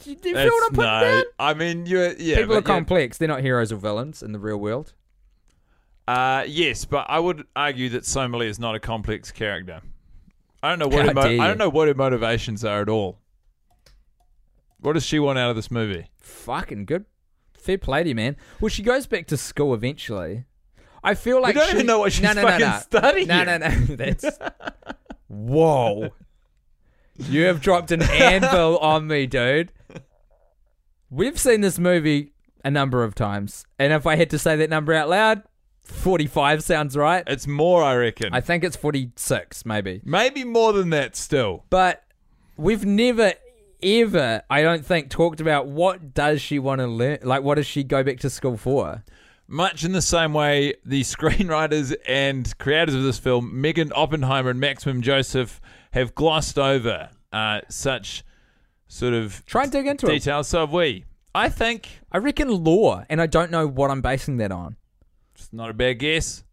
S5: Do you do you feel
S6: It's-
S5: what I'm putting
S6: no,
S5: down?
S6: I mean, you yeah,
S5: People are
S6: but yeah.
S5: complex. They're not heroes or villains in the real world.
S6: Uh, yes, but I would argue that Somali is not a complex character. I don't know what
S5: How
S6: her mo-
S5: dare you.
S6: I don't know what her motivations are at all. What does she want out of this movie?
S5: Fucking good. Fair play to you, man. Well, she goes back to school eventually. I feel like
S6: don't
S5: she,
S6: even know what she's
S5: no, no,
S6: fucking
S5: no, no.
S6: studying.
S5: No, no, no. That's whoa. You have dropped an anvil on me, dude. We've seen this movie a number of times, and if I had to say that number out loud, forty-five sounds right.
S6: It's more, I reckon.
S5: I think it's forty-six, maybe.
S6: Maybe more than that still.
S5: But we've never ever, I don't think, talked about what does she want to learn. Like, what does she go back to school for?
S6: Much in the same way, the screenwriters and creators of this film, Megan Oppenheimer and Maximum Joseph, have glossed over uh, such sort of
S5: Try and dig into it.
S6: details. So have we. I think
S5: I reckon law, and I don't know what I'm basing that on.
S6: It's not a bad guess.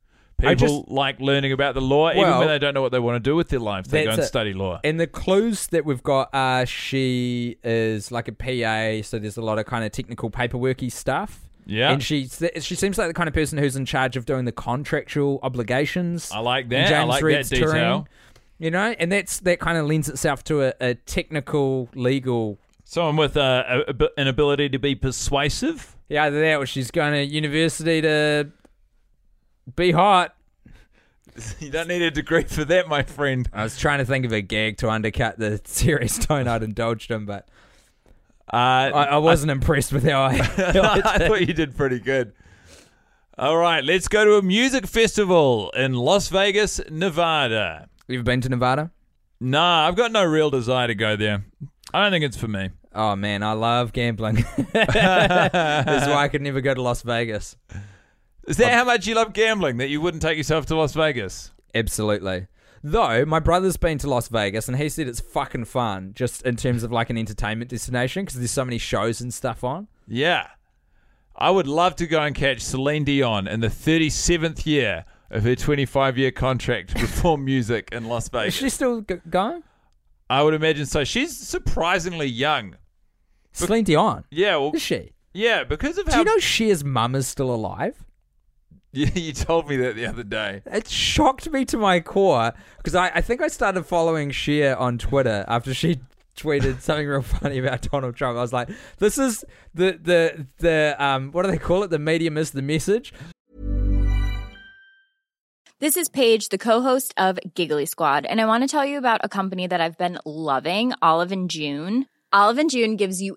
S5: I
S6: People
S5: just-
S6: like learning about the law, even
S5: Well,
S6: when they don't know what they want to do with their lives. They go
S5: that's
S6: and
S5: it.
S6: study law.
S5: And the clues that we've got are she is like a PA, so there's a lot of kind of technical paperworky stuff.
S6: Yeah.
S5: and she she seems like the kind of person who's in charge of doing the contractual obligations.
S6: I like
S5: in
S6: that. I
S5: James
S6: like
S5: Reed's
S6: that detail.
S5: Turing, You know, and that's that kind of lends itself to a, a technical legal.
S6: Someone with uh, a, a bi- an ability to be persuasive.
S5: Yeah, either that or she's going to university to be hot.
S6: You don't need a degree for that, my friend.
S5: I was trying to think of a gag to undercut the serious tone I'd indulged in, but
S6: Uh,
S5: I, I wasn't impressed with how I.
S6: I thought you did pretty good. All right, let's go to a music festival in Las Vegas, Nevada.
S5: You've been to Nevada?
S6: Nah, I've got no real desire to go there. I don't think it's for me.
S5: Oh man, I love gambling. That's why I could never go to Las Vegas.
S6: Is that how much you love gambling that you wouldn't take yourself to Las Vegas?
S5: Absolutely. Though my brother's been to Las Vegas and he said it's fucking fun, just in terms of like an entertainment destination because there's so many shows and stuff on.
S6: Yeah. I would love to go and catch Celine Dion in the 37th year of her 25 year contract to perform music in Las
S5: Is
S6: Vegas.
S5: she still g- going?
S6: I would imagine so. She's surprisingly young.
S5: Celine Dion.
S6: Yeah, well,
S5: Is she?
S6: yeah, because of how.
S5: Do you know Cher's mum is still alive?
S6: Yeah, you told me that the other day.
S5: It shocked me to my core because I, I think I started following Cher on Twitter after she tweeted something real funny about Donald Trump. I was like, this is the the the um what do they call it? The medium is the message.
S7: This is Paige, the co-host of Giggly Squad, and I want to tell you about a company that I've been loving, Olive and June. Olive and June gives you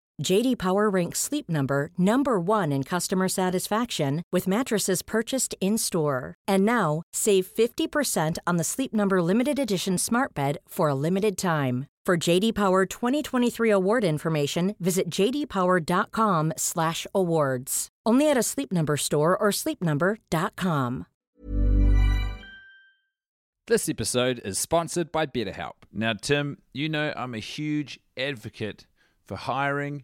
S8: JD Power ranks Sleep Number number 1 in customer satisfaction with mattresses purchased in-store. And now, save 50% on the Sleep Number limited edition Smart Bed for a limited time. For JD Power 2023 award information, visit jdpower.com/awards. Only at a Sleep Number store or sleepnumber.com.
S9: This episode is sponsored by BetterHelp.
S6: Now, Tim, you know I'm a huge advocate for hiring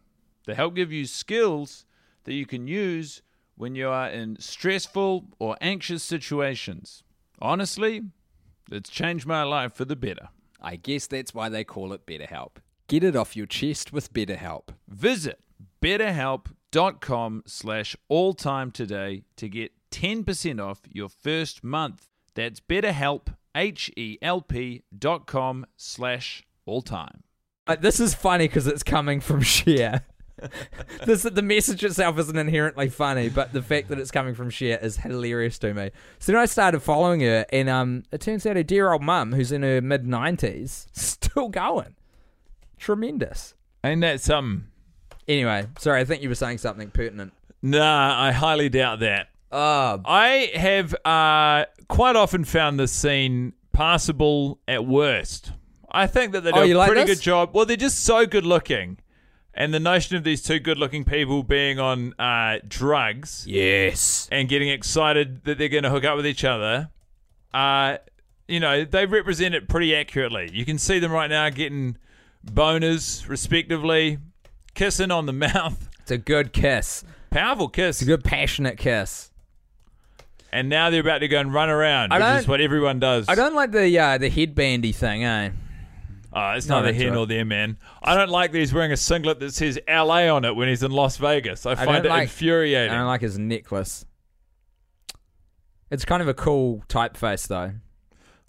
S6: They help give you skills that you can use when you are in stressful or anxious situations. Honestly, it's changed my life for the better.
S9: I guess that's why they call it BetterHelp. Get it off your chest with BetterHelp.
S6: Visit betterhelp.com slash all time today to get 10% off your first month. That's betterhelp, H-E-L-P dot com slash all time.
S5: Uh, this is funny because it's coming from Cher. this the message itself isn't inherently funny, but the fact that it's coming from Cher is hilarious to me. So then I started following her, and um, it turns out her dear old mum, who's in her mid nineties, still going. Tremendous.
S6: Ain't that something?
S5: Anyway, sorry, I think you were saying something pertinent.
S6: Nah, I highly doubt that.
S5: Oh,
S6: I have uh, quite often found this scene passable at worst. I think that they do
S5: Oh, you
S6: a
S5: like
S6: pretty
S5: this?
S6: good job. Well, they're just so good looking. And the notion of these two good looking people being on uh, drugs
S5: yes.
S6: and getting excited that they're going to hook up with each other, uh, you know, they represent it pretty accurately. You can see them right now getting boners, respectively, kissing on the mouth.
S5: It's a good kiss.
S6: Powerful kiss.
S5: It's a good passionate kiss.
S6: And now they're about to go and run around,
S5: I
S6: which is
S5: don't-
S6: what everyone does.
S5: I don't like the uh, the headbandy thing, eh?
S6: Oh, it's
S5: No,
S6: neither
S5: that's
S6: here
S5: right.
S6: nor there, man. I don't like that he's wearing a singlet that says LA on it when he's in Las Vegas. I
S5: I
S6: find
S5: don't
S6: it
S5: like-
S6: infuriating.
S5: I don't like his necklace. It's kind of a cool typeface, though.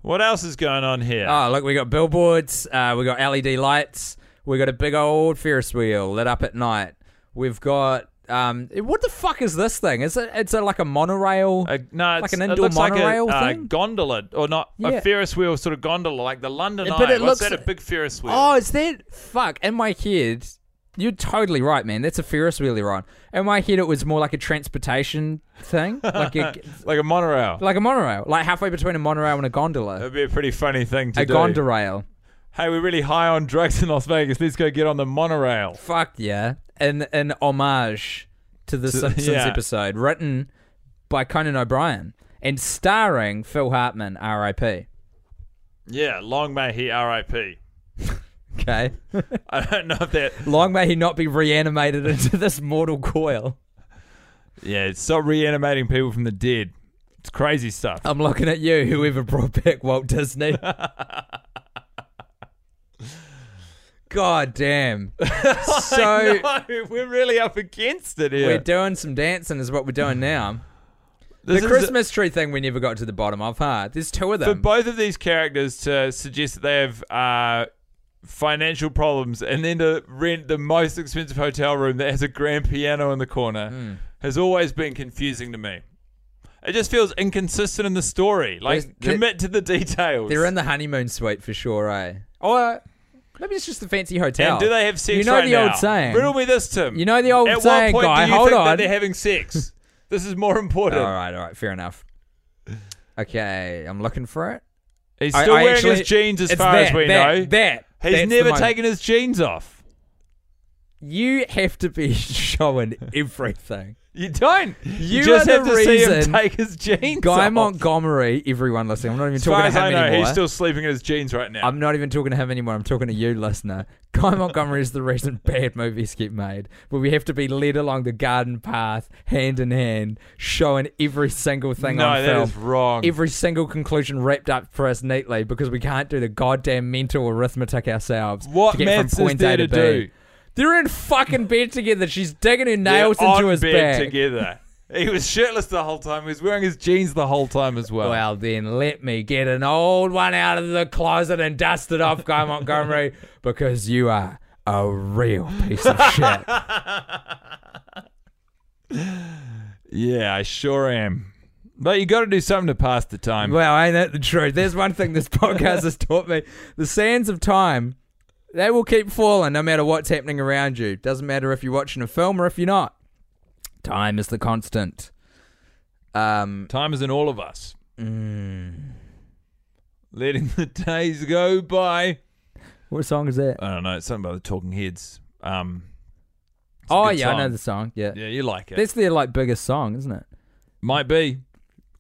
S6: what else is going on here?
S5: Oh, look, we got billboards, uh, we got LED lights, we got a big old Ferris wheel lit up at night. We've got um, what the fuck is this thing? Is it? It's a, like a monorail.
S6: Uh, no, it's,
S5: like an
S6: it
S5: indoor
S6: looks
S5: monorail
S6: like a,
S5: thing.
S6: Uh, gondola, or not
S5: Yeah.
S6: a Ferris wheel sort of gondola, like the London
S5: But
S6: Eye.
S5: it
S6: What's
S5: looks-
S6: that? A big Ferris wheel.
S5: Oh, is that fuck? In my head, you're totally right, man. That's a Ferris wheel you're on. In my head, it was more like a transportation thing, like a
S6: like a monorail.
S5: like a monorail, like halfway between a monorail and a gondola,
S6: That'd be a pretty funny thing to
S5: a
S6: do.
S5: gondorail.
S6: Hey, we're really high on drugs in Las Vegas. Let's go get on the monorail.
S5: Fuck yeah! An an homage to the Simpsons
S6: yeah.
S5: episode written by Conan O'Brien and starring Phil Hartman, R.I.P.
S6: Yeah, long may he R.I.P.
S5: Okay,
S6: I don't know if that.
S5: long may he not be reanimated into this mortal coil.
S6: Yeah, stop reanimating people from the dead. It's crazy stuff.
S5: I'm looking at you, whoever brought back Walt Disney. God damn! So
S6: No, we're really up against it here.
S5: we're doing some dancing, is what we're doing now.
S6: This
S5: the
S6: is-
S5: Christmas tree thing we never got to the bottom of, huh? There's two of
S6: for
S5: them.
S6: both of these characters to suggest that they have uh, financial
S5: Hmm.
S6: problems and then to rent the most expensive hotel room that has a grand piano in the corner has always been confusing to me. It just feels inconsistent in the story. Like,
S5: There's- there-
S6: commit to the details.
S5: They're in the honeymoon suite for sure, eh? Or maybe it's just the fancy hotel.
S6: and do they have sex
S5: You know
S6: right
S5: the
S6: now?
S5: old saying.
S6: Riddle me this, Tim.
S5: You know the old
S6: At
S5: saying,
S6: what point
S5: guy,
S6: do you
S5: hold
S6: think
S5: on.
S6: that they're having sex? this is more important.
S5: All right, all right, fair enough. Okay, I'm looking for it.
S6: He's
S5: I-
S6: still
S5: I
S6: wearing
S5: actually-
S6: his jeans as
S5: it's
S6: far
S5: that,
S6: as we
S5: that,
S6: know.
S5: That
S6: He's
S5: that's the
S6: never
S5: moment.
S6: taken his jeans off.
S5: You have to be showing everything.
S6: You don't. You,
S5: You
S6: just
S5: are
S6: have
S5: the
S6: to see
S5: reason
S6: him take his jeans
S5: Guy
S6: off.
S5: Montgomery, everyone listening. I'm not even
S6: As far
S5: talking
S6: as
S5: to him
S6: I know,
S5: anymore.
S6: he's still sleeping in his jeans right now.
S5: I'm not even talking to him anymore. I'm talking to you, listener. Guy Montgomery is the reason bad movies get made, but we have to be led along the garden path, hand in hand, showing every single thing
S6: no,
S5: on
S6: that
S5: film.
S6: is wrong.
S5: Every single conclusion wrapped up for us neatly because we can't do the goddamn mental arithmetic ourselves.
S6: What
S5: to get
S6: maths is
S5: from point
S6: there
S5: A to,
S6: to
S5: B.
S6: do?
S5: They're in fucking bed together. She's digging her nails
S6: They're
S5: into
S6: on
S5: his
S6: bed
S5: back.
S6: together. He was shirtless the whole time. He was wearing his jeans the whole time as well.
S5: Well, then let me get an old one out of the closet and dust it off, Guy Montgomery, because you are a real piece of shit.
S6: Yeah, I sure am. But you got to do something to pass the time.
S5: Well, ain't that the truth? There's one thing this podcast has taught me the sands of time, they will keep falling no matter what's happening around you. Doesn't matter if you're watching a film or if you're not. Time is the constant. Um,
S6: time is in all of us.
S5: Mm.
S6: Letting the days go by.
S5: what song is that?
S6: I don't know. It's something about the Talking Heads. Um, it's a
S5: oh,
S6: good
S5: yeah, I know
S6: song.
S5: the song. Yeah.
S6: Yeah, you like it.
S5: That's their like biggest song, isn't it?
S6: Might be.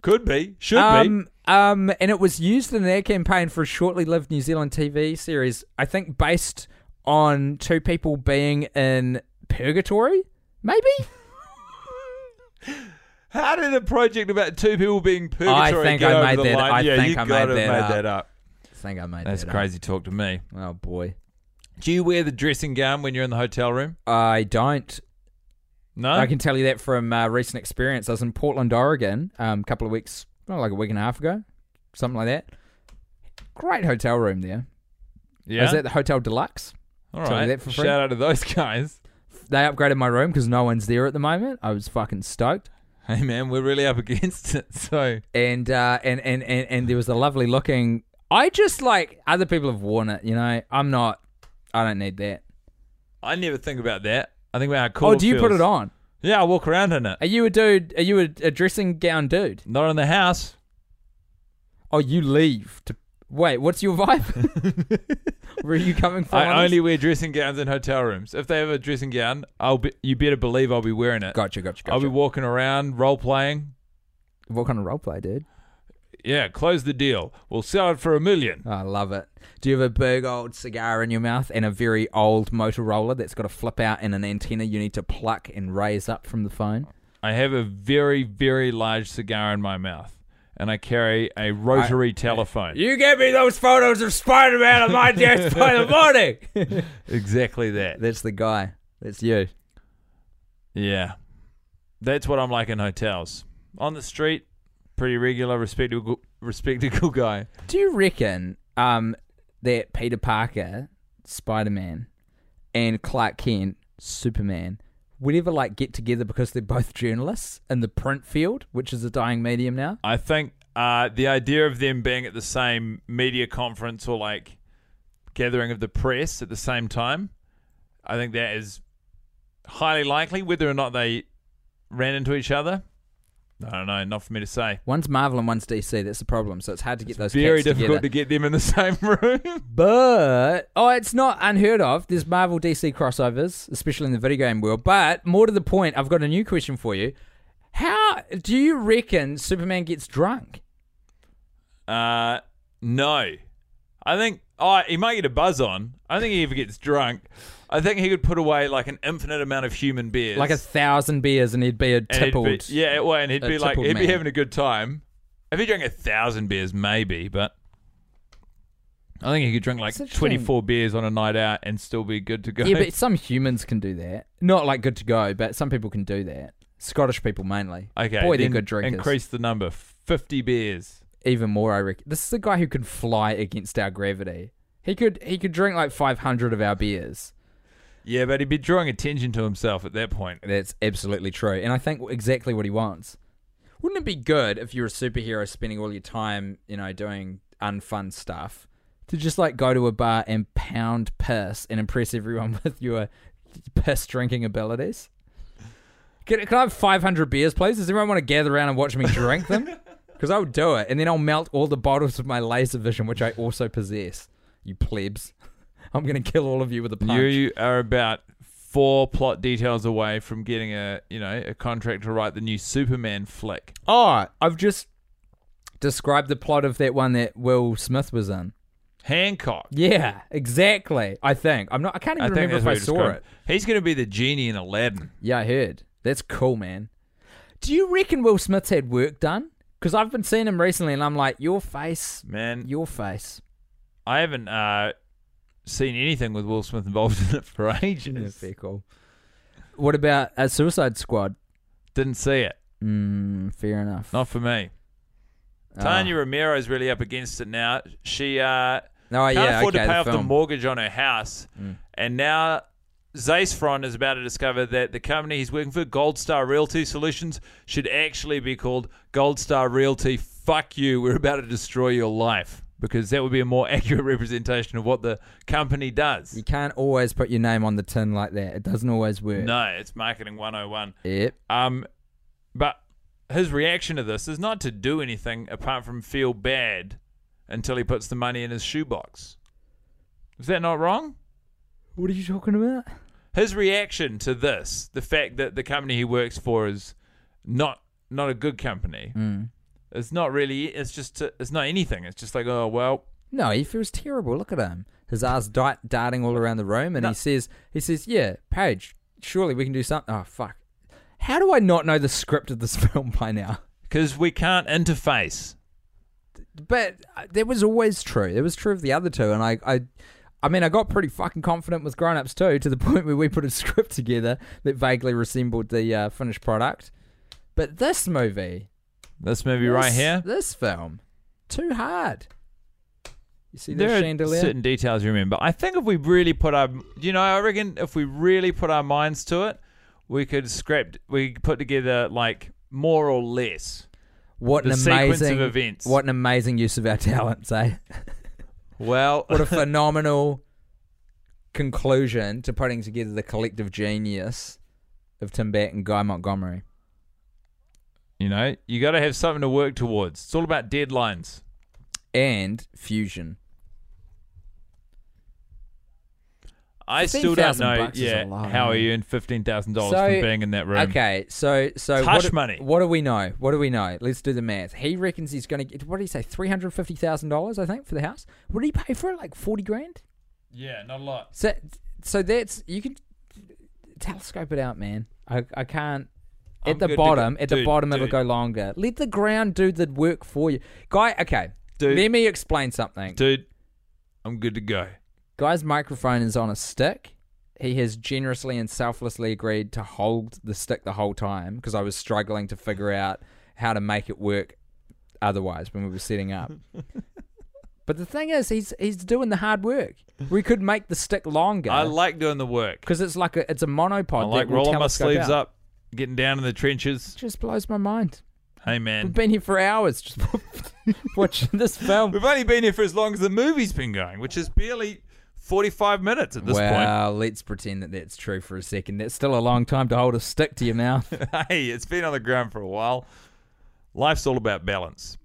S6: Could be. Should be.
S5: um, um, and it was used in their campaign for a shortly lived New Zealand TV series, I think based on two people being in purgatory, maybe?
S6: How did a project about two people being purgatory
S5: think
S6: get
S5: I
S6: over
S5: made
S6: the
S5: that-
S6: line?
S5: I
S6: yeah,
S5: think
S6: you
S5: I made
S6: gotta
S5: that
S6: made
S5: up.
S6: that up.
S5: I think I made
S6: That's
S5: that up.
S6: crazy talk to me.
S5: Oh boy.
S6: Do you wear the dressing gown when you're in the hotel room?
S5: I don't.
S6: No.
S5: I can tell you that from uh, recent experience. I was in Portland, Oregon, um, a couple of weeks, well, like a week and a half ago, something like that. Great hotel room there. I
S6: yeah.
S5: was at the Hotel Deluxe.
S6: All
S5: tell you
S6: right.
S5: that for free?
S6: Shout out to those guys.
S5: They upgraded my room because no one's there at the moment. I was fucking stoked.
S6: Hey man, we're really up against it. So
S5: and uh, and, and and and there was a lovely looking. I just like other people have worn it, you know. I'm not. I don't need that.
S6: I never think about that. I think about how cool.
S5: oh, do you put
S6: feels.
S5: it on?
S6: Yeah, I walk around in it.
S5: Are you a dude? Are you a, a dressing gown dude?
S6: Not in the house.
S5: Oh, you leave to wait. What's your vibe? Where are you coming from? on
S6: I
S5: this?
S6: only wear dressing gowns in hotel rooms. If they have a dressing gown, I'll be, you better believe I'll be wearing it.
S5: gotcha, gotcha,
S6: I'll
S5: gotcha.
S6: be walking around, role playing.
S5: what kind of role play, dude?
S6: Yeah, close the deal. We'll sell it for a million.
S5: Oh, I love it. Do you have a big old cigar in your mouth and a very old Motorola that's got a flip out and an antenna you need to pluck and raise up from the phone?
S6: I have a very, very large cigar in my mouth, and I carry a rotary telephone.
S5: You gave me those photos of Spider Man on my desk by the morning.
S6: Exactly that.
S5: That's the guy. That's you.
S6: Yeah. That's what I'm like in hotels. On the street, pretty regular, respectable, respectable guy.
S5: Do you reckon um, that Peter Parker, Spider Man, and Clark Kent, Superman, would ever like get together because they're both journalists in the print field, which is a dying medium now?
S6: I think uh, the idea of them being at the same media conference or like gathering of the press at the same time, I think that is highly likely. Whether or not they ran into each other, I don't know. Not for me to say.
S5: One's Marvel and one's DC. That's the problem. So it's hard to get those.
S6: Very
S5: cats together.
S6: difficult to get them in the same room.
S5: But oh, it's not unheard of. There's Marvel DC crossovers, especially in the video game world. But more to the point, I've got a new question for you. How do you reckon Superman gets drunk?
S6: Uh, no. I think oh, he might get a buzz on. I don't think he ever gets drunk. I think he could put away like an infinite amount of human beers,
S5: Like a thousand beers, and he'd be a
S6: and he'd
S5: tippled.
S6: be, yeah, well, and he'd
S5: a
S6: be like,
S5: tippled
S6: he'd be
S5: man.
S6: having a good time. If he drank a thousand beers, maybe, but I think he could drink like
S5: It's interesting.
S6: twenty four beers on a night out and still be good to go.
S5: Yeah, but some humans can do that. Not like good to go, but some people can do that. Scottish people mainly.
S6: okay,
S5: boy, they're
S6: then
S5: good drinkers.
S6: Increase the number, fifty beers.
S5: Even more, I reckon. This is a guy who can fly against our gravity. He could he could drink like 500 of our beers,
S6: Yeah, but he'd be drawing attention to himself at that point.
S5: That's absolutely true. And I think exactly what he wants. Wouldn't it be good if you're a superhero spending all your time, you know, doing unfun stuff to just like go to a bar and pound piss and impress everyone with your piss drinking abilities? Can, can I have 500 beers, please? Does everyone want to gather around and watch me drink them? Because I would do it. And then I'll melt all the bottles with my laser vision, which I also possess. You plebs. I'm going to kill all of you with a punch.
S6: You are about four plot details away from getting a you know a contract to write the new Superman flick.
S5: Oh, I've just described the plot of that one that Will Smith was in.
S6: Hancock.
S5: Yeah, exactly. I think I'm not. I can't
S6: I
S5: even
S6: think
S5: remember
S6: that's
S5: if
S6: what
S5: I
S6: you
S5: saw
S6: described.
S5: it.
S6: He's going to be the genie in Aladdin.
S5: Yeah, I heard. That's cool, man. Do you reckon Will Smith's had work done? Because I've been seeing him recently, and I'm like, your face,
S6: Man,
S5: your face.
S6: I haven't uh, seen anything with Will Smith involved in it for
S5: Yeah,
S6: ages.
S5: fair call. What about a Suicide Squad?
S6: Didn't see it.
S5: Mm, fair enough.
S6: Not for me.
S5: Ah.
S6: Tanya Romero's really up against it now. She
S5: Oh,
S6: uh, can't
S5: yeah,
S6: afford
S5: okay,
S6: to pay
S5: the
S6: off the
S5: film. Mm.
S6: mortgage on her house, and now Zacefron is about to discover that the company he's working for, Gold Star Realty Solutions, should actually be called Gold Star Realty. Fuck you! We're about to destroy your life because that would be a more accurate representation of what the company does.
S5: You can't always put your name on the tin like that. It doesn't always work.
S6: No, it's marketing 101.
S5: Yep.
S6: Um, but his reaction to this is not to do anything apart from feel bad until he puts the money in his shoebox. Is that not wrong?
S5: What are you talking about?
S6: His reaction to this, the fact that the company he works for is not not a good company. It's not really. It's just. It's not anything. It's just like, oh well,
S5: No, he feels terrible. Look at him. His eyes di- darting all around the room, and
S6: No.
S5: he says, "He says, yeah, Paige, surely we can do something." Oh fuck! How do I not know the script of this film by now?
S6: because we can't interface.
S5: But uh, that was always true. It was true of the other two, and I, I, I mean, I got pretty fucking confident with Grown Ups too, to the point where we put a script together that vaguely resembled the uh, finished product. But this movie,
S6: This movie
S5: this,
S6: right here.
S5: this film, too hard. You see the
S6: there
S5: chandelier?
S6: are certain details you remember. I think if we really put our, you know, I reckon if we really put our minds to it, we could scrap, we could put together like more or less
S5: What
S6: the
S5: an
S6: sequence
S5: amazing
S6: of events.
S5: What an amazing use of our talents, eh?
S6: Well,
S5: What a phenomenal conclusion to putting together the collective genius of Tim Bat and Guy Montgomery.
S6: you know, you got to have something to work towards. It's all about deadlines.
S5: And fusion.
S6: I still don't
S5: 15,000
S6: know,
S5: bucks is
S6: yeah,
S5: a lot,
S6: how
S5: isn't
S6: he
S5: it?
S6: earned fifteen thousand dollars
S5: So-
S6: from being in that room.
S5: Okay, so so
S6: It's
S5: what
S6: hush
S5: do,
S6: money.
S5: What do we know? What do we know? Let's do the math. He reckons he's going to get what did he say? Three hundred fifty thousand dollars, I think, for the house. What did he pay for it? Like forty grand.
S6: Yeah, not a lot.
S5: So, so that's you can telescope it out, man. I, I can't. At
S6: I'm good
S5: the
S6: to
S5: bottom,
S6: go-
S5: at the
S6: dude,
S5: bottom, it'll
S6: dude.
S5: go longer. Let the ground do the work for you, guy. Okay,
S6: Dude.
S5: let me explain something.
S6: Dude, I'm good to go.
S5: Guy's microphone is on a stick. He has generously and selflessly agreed to hold the stick the whole time because I was struggling to figure out how to make it work otherwise when we were setting up. but the thing is, he's he's doing the hard work. We could make the stick longer
S6: I like doing the work.
S5: because it's like a it's a monopod.
S6: I like
S5: that will
S6: rolling my
S5: telescope
S6: sleeves
S5: out.
S6: up, getting down in the trenches.
S5: Just blows my mind.
S6: Hey man,
S5: We've been here for hours just watching this film.
S6: We've only been here for as long as the movie's been going, which is barely 45 minutes at this
S5: well, let's pretend that that's true for a second. That's still a long time to hold a stick to your mouth.
S6: point. hey, it's been on the ground for a while. Life's all about balance.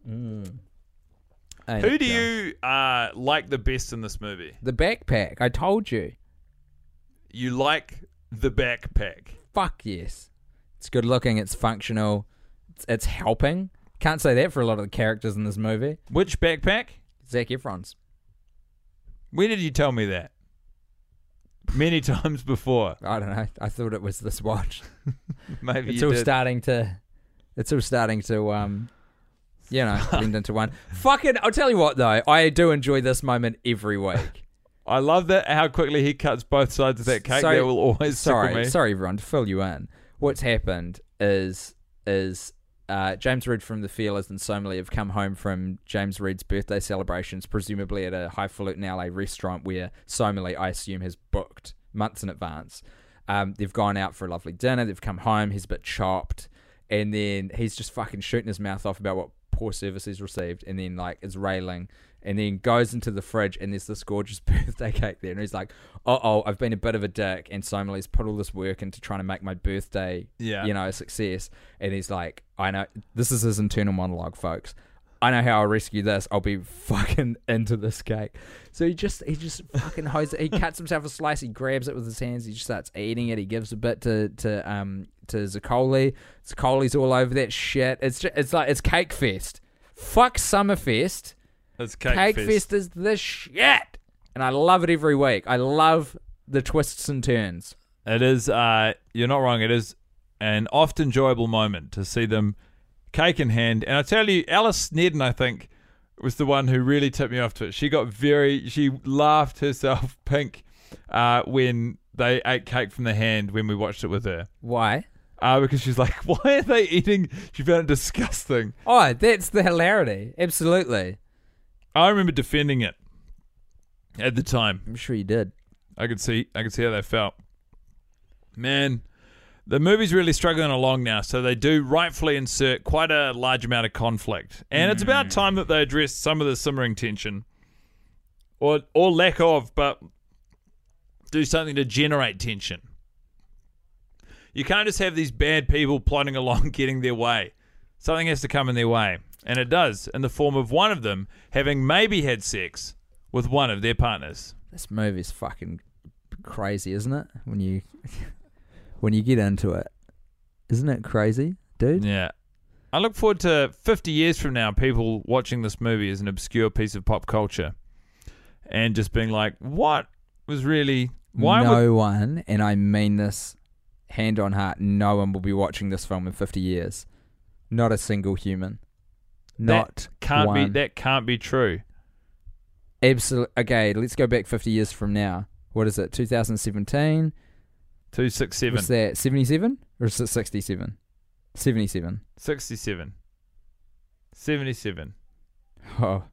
S5: Ain't
S6: Who
S5: it,
S6: do
S5: John?
S6: you uh, like the best in this movie?
S5: The backpack. I told you.
S6: You like the backpack.
S5: Fuck yes. It's good looking. It's functional. It's, it's helping. Can't say that for a lot of the characters in this movie.
S6: Which backpack?
S5: Zac Efron's.
S6: When did you tell me that? Many times before.
S5: I don't know. I thought it was this watch.
S6: Maybe
S5: it's
S6: you
S5: all
S6: did.
S5: starting to it's all starting to um you know blend into one fucking i'll tell you what though i do enjoy this moment every week
S6: I love that how quickly he cuts both sides of that cake.
S5: So-
S6: that will always
S5: sorry
S6: tickle me.
S5: sorry everyone to fill you in what's happened is is uh, James Reed from the Feelers and Somali have come home from James Reed's birthday celebrations, presumably at a highfalutin LA restaurant where Somali, I assume, has booked booked months in advance. Um, they've gone out for a lovely dinner. They've come home. He's a bit chopped, and then he's just fucking shooting his mouth off about what poor service he's received, and then like is railing, and then goes into the fridge, and there's this gorgeous birthday cake there, and he's like, "Uh oh, I've been a bit of a dick, and Somali's put all this work into trying to make my birthday,
S6: Yeah.
S5: you know, a success." And he's like, "I know this is his internal monologue, folks." I know how I'll rescue this. I'll be fucking into this cake. So he just he just fucking hose it. He cuts himself a slice. He grabs it with his hands. He just starts eating it. He gives a bit to to um to Zaccoli. Zaccoli's all over that shit. It's just, it's like it's cake fest. Fuck Summerfest.
S6: It's
S5: Cake, fest. is the shit, and I love it every week. I love the twists and turns.
S6: It is. Uh, you're not wrong. It is an oft enjoyable moment to see them cake in hand. And I tell you, Alice Sneddon, I think, was the one who really tipped me off to it. She got very. She laughed herself pink uh, when they ate cake from the hand when we watched it with her.
S5: Why?
S6: Uh, because she's like, why are they eating? She found it disgusting.
S5: Oh, that's the hilarity. Absolutely.
S6: I remember defending it at the time.
S5: I'm sure you did.
S6: I could see I could see how they felt. Man, the movie's really struggling along now, so they do rightfully insert quite a large amount of conflict. And it's about time that they address some of the simmering tension. Or or lack of, but do something to generate tension. You can't just have these bad people plodding along getting their way. Something has to come in their way. And it does, in the form of one of them having maybe had sex with one of their partners.
S5: This movie's fucking crazy, isn't it? When you when you get into it, isn't it crazy, dude?
S6: Yeah. I look forward to 50 years from now, people watching this movie as an obscure piece of pop culture and just being like, what was really. Why
S5: no
S6: would.
S5: one, and I mean this hand on heart, no one will be watching this film in fifty years. Not a single human. Not
S6: that can't
S5: one.
S6: be That can't be true.
S5: Absolutely. Okay, let's go back fifty years from now. What is it? 2017. What's
S6: 267.
S5: that? 77 or is it 67? 77.
S6: 67. 77.
S5: Oh.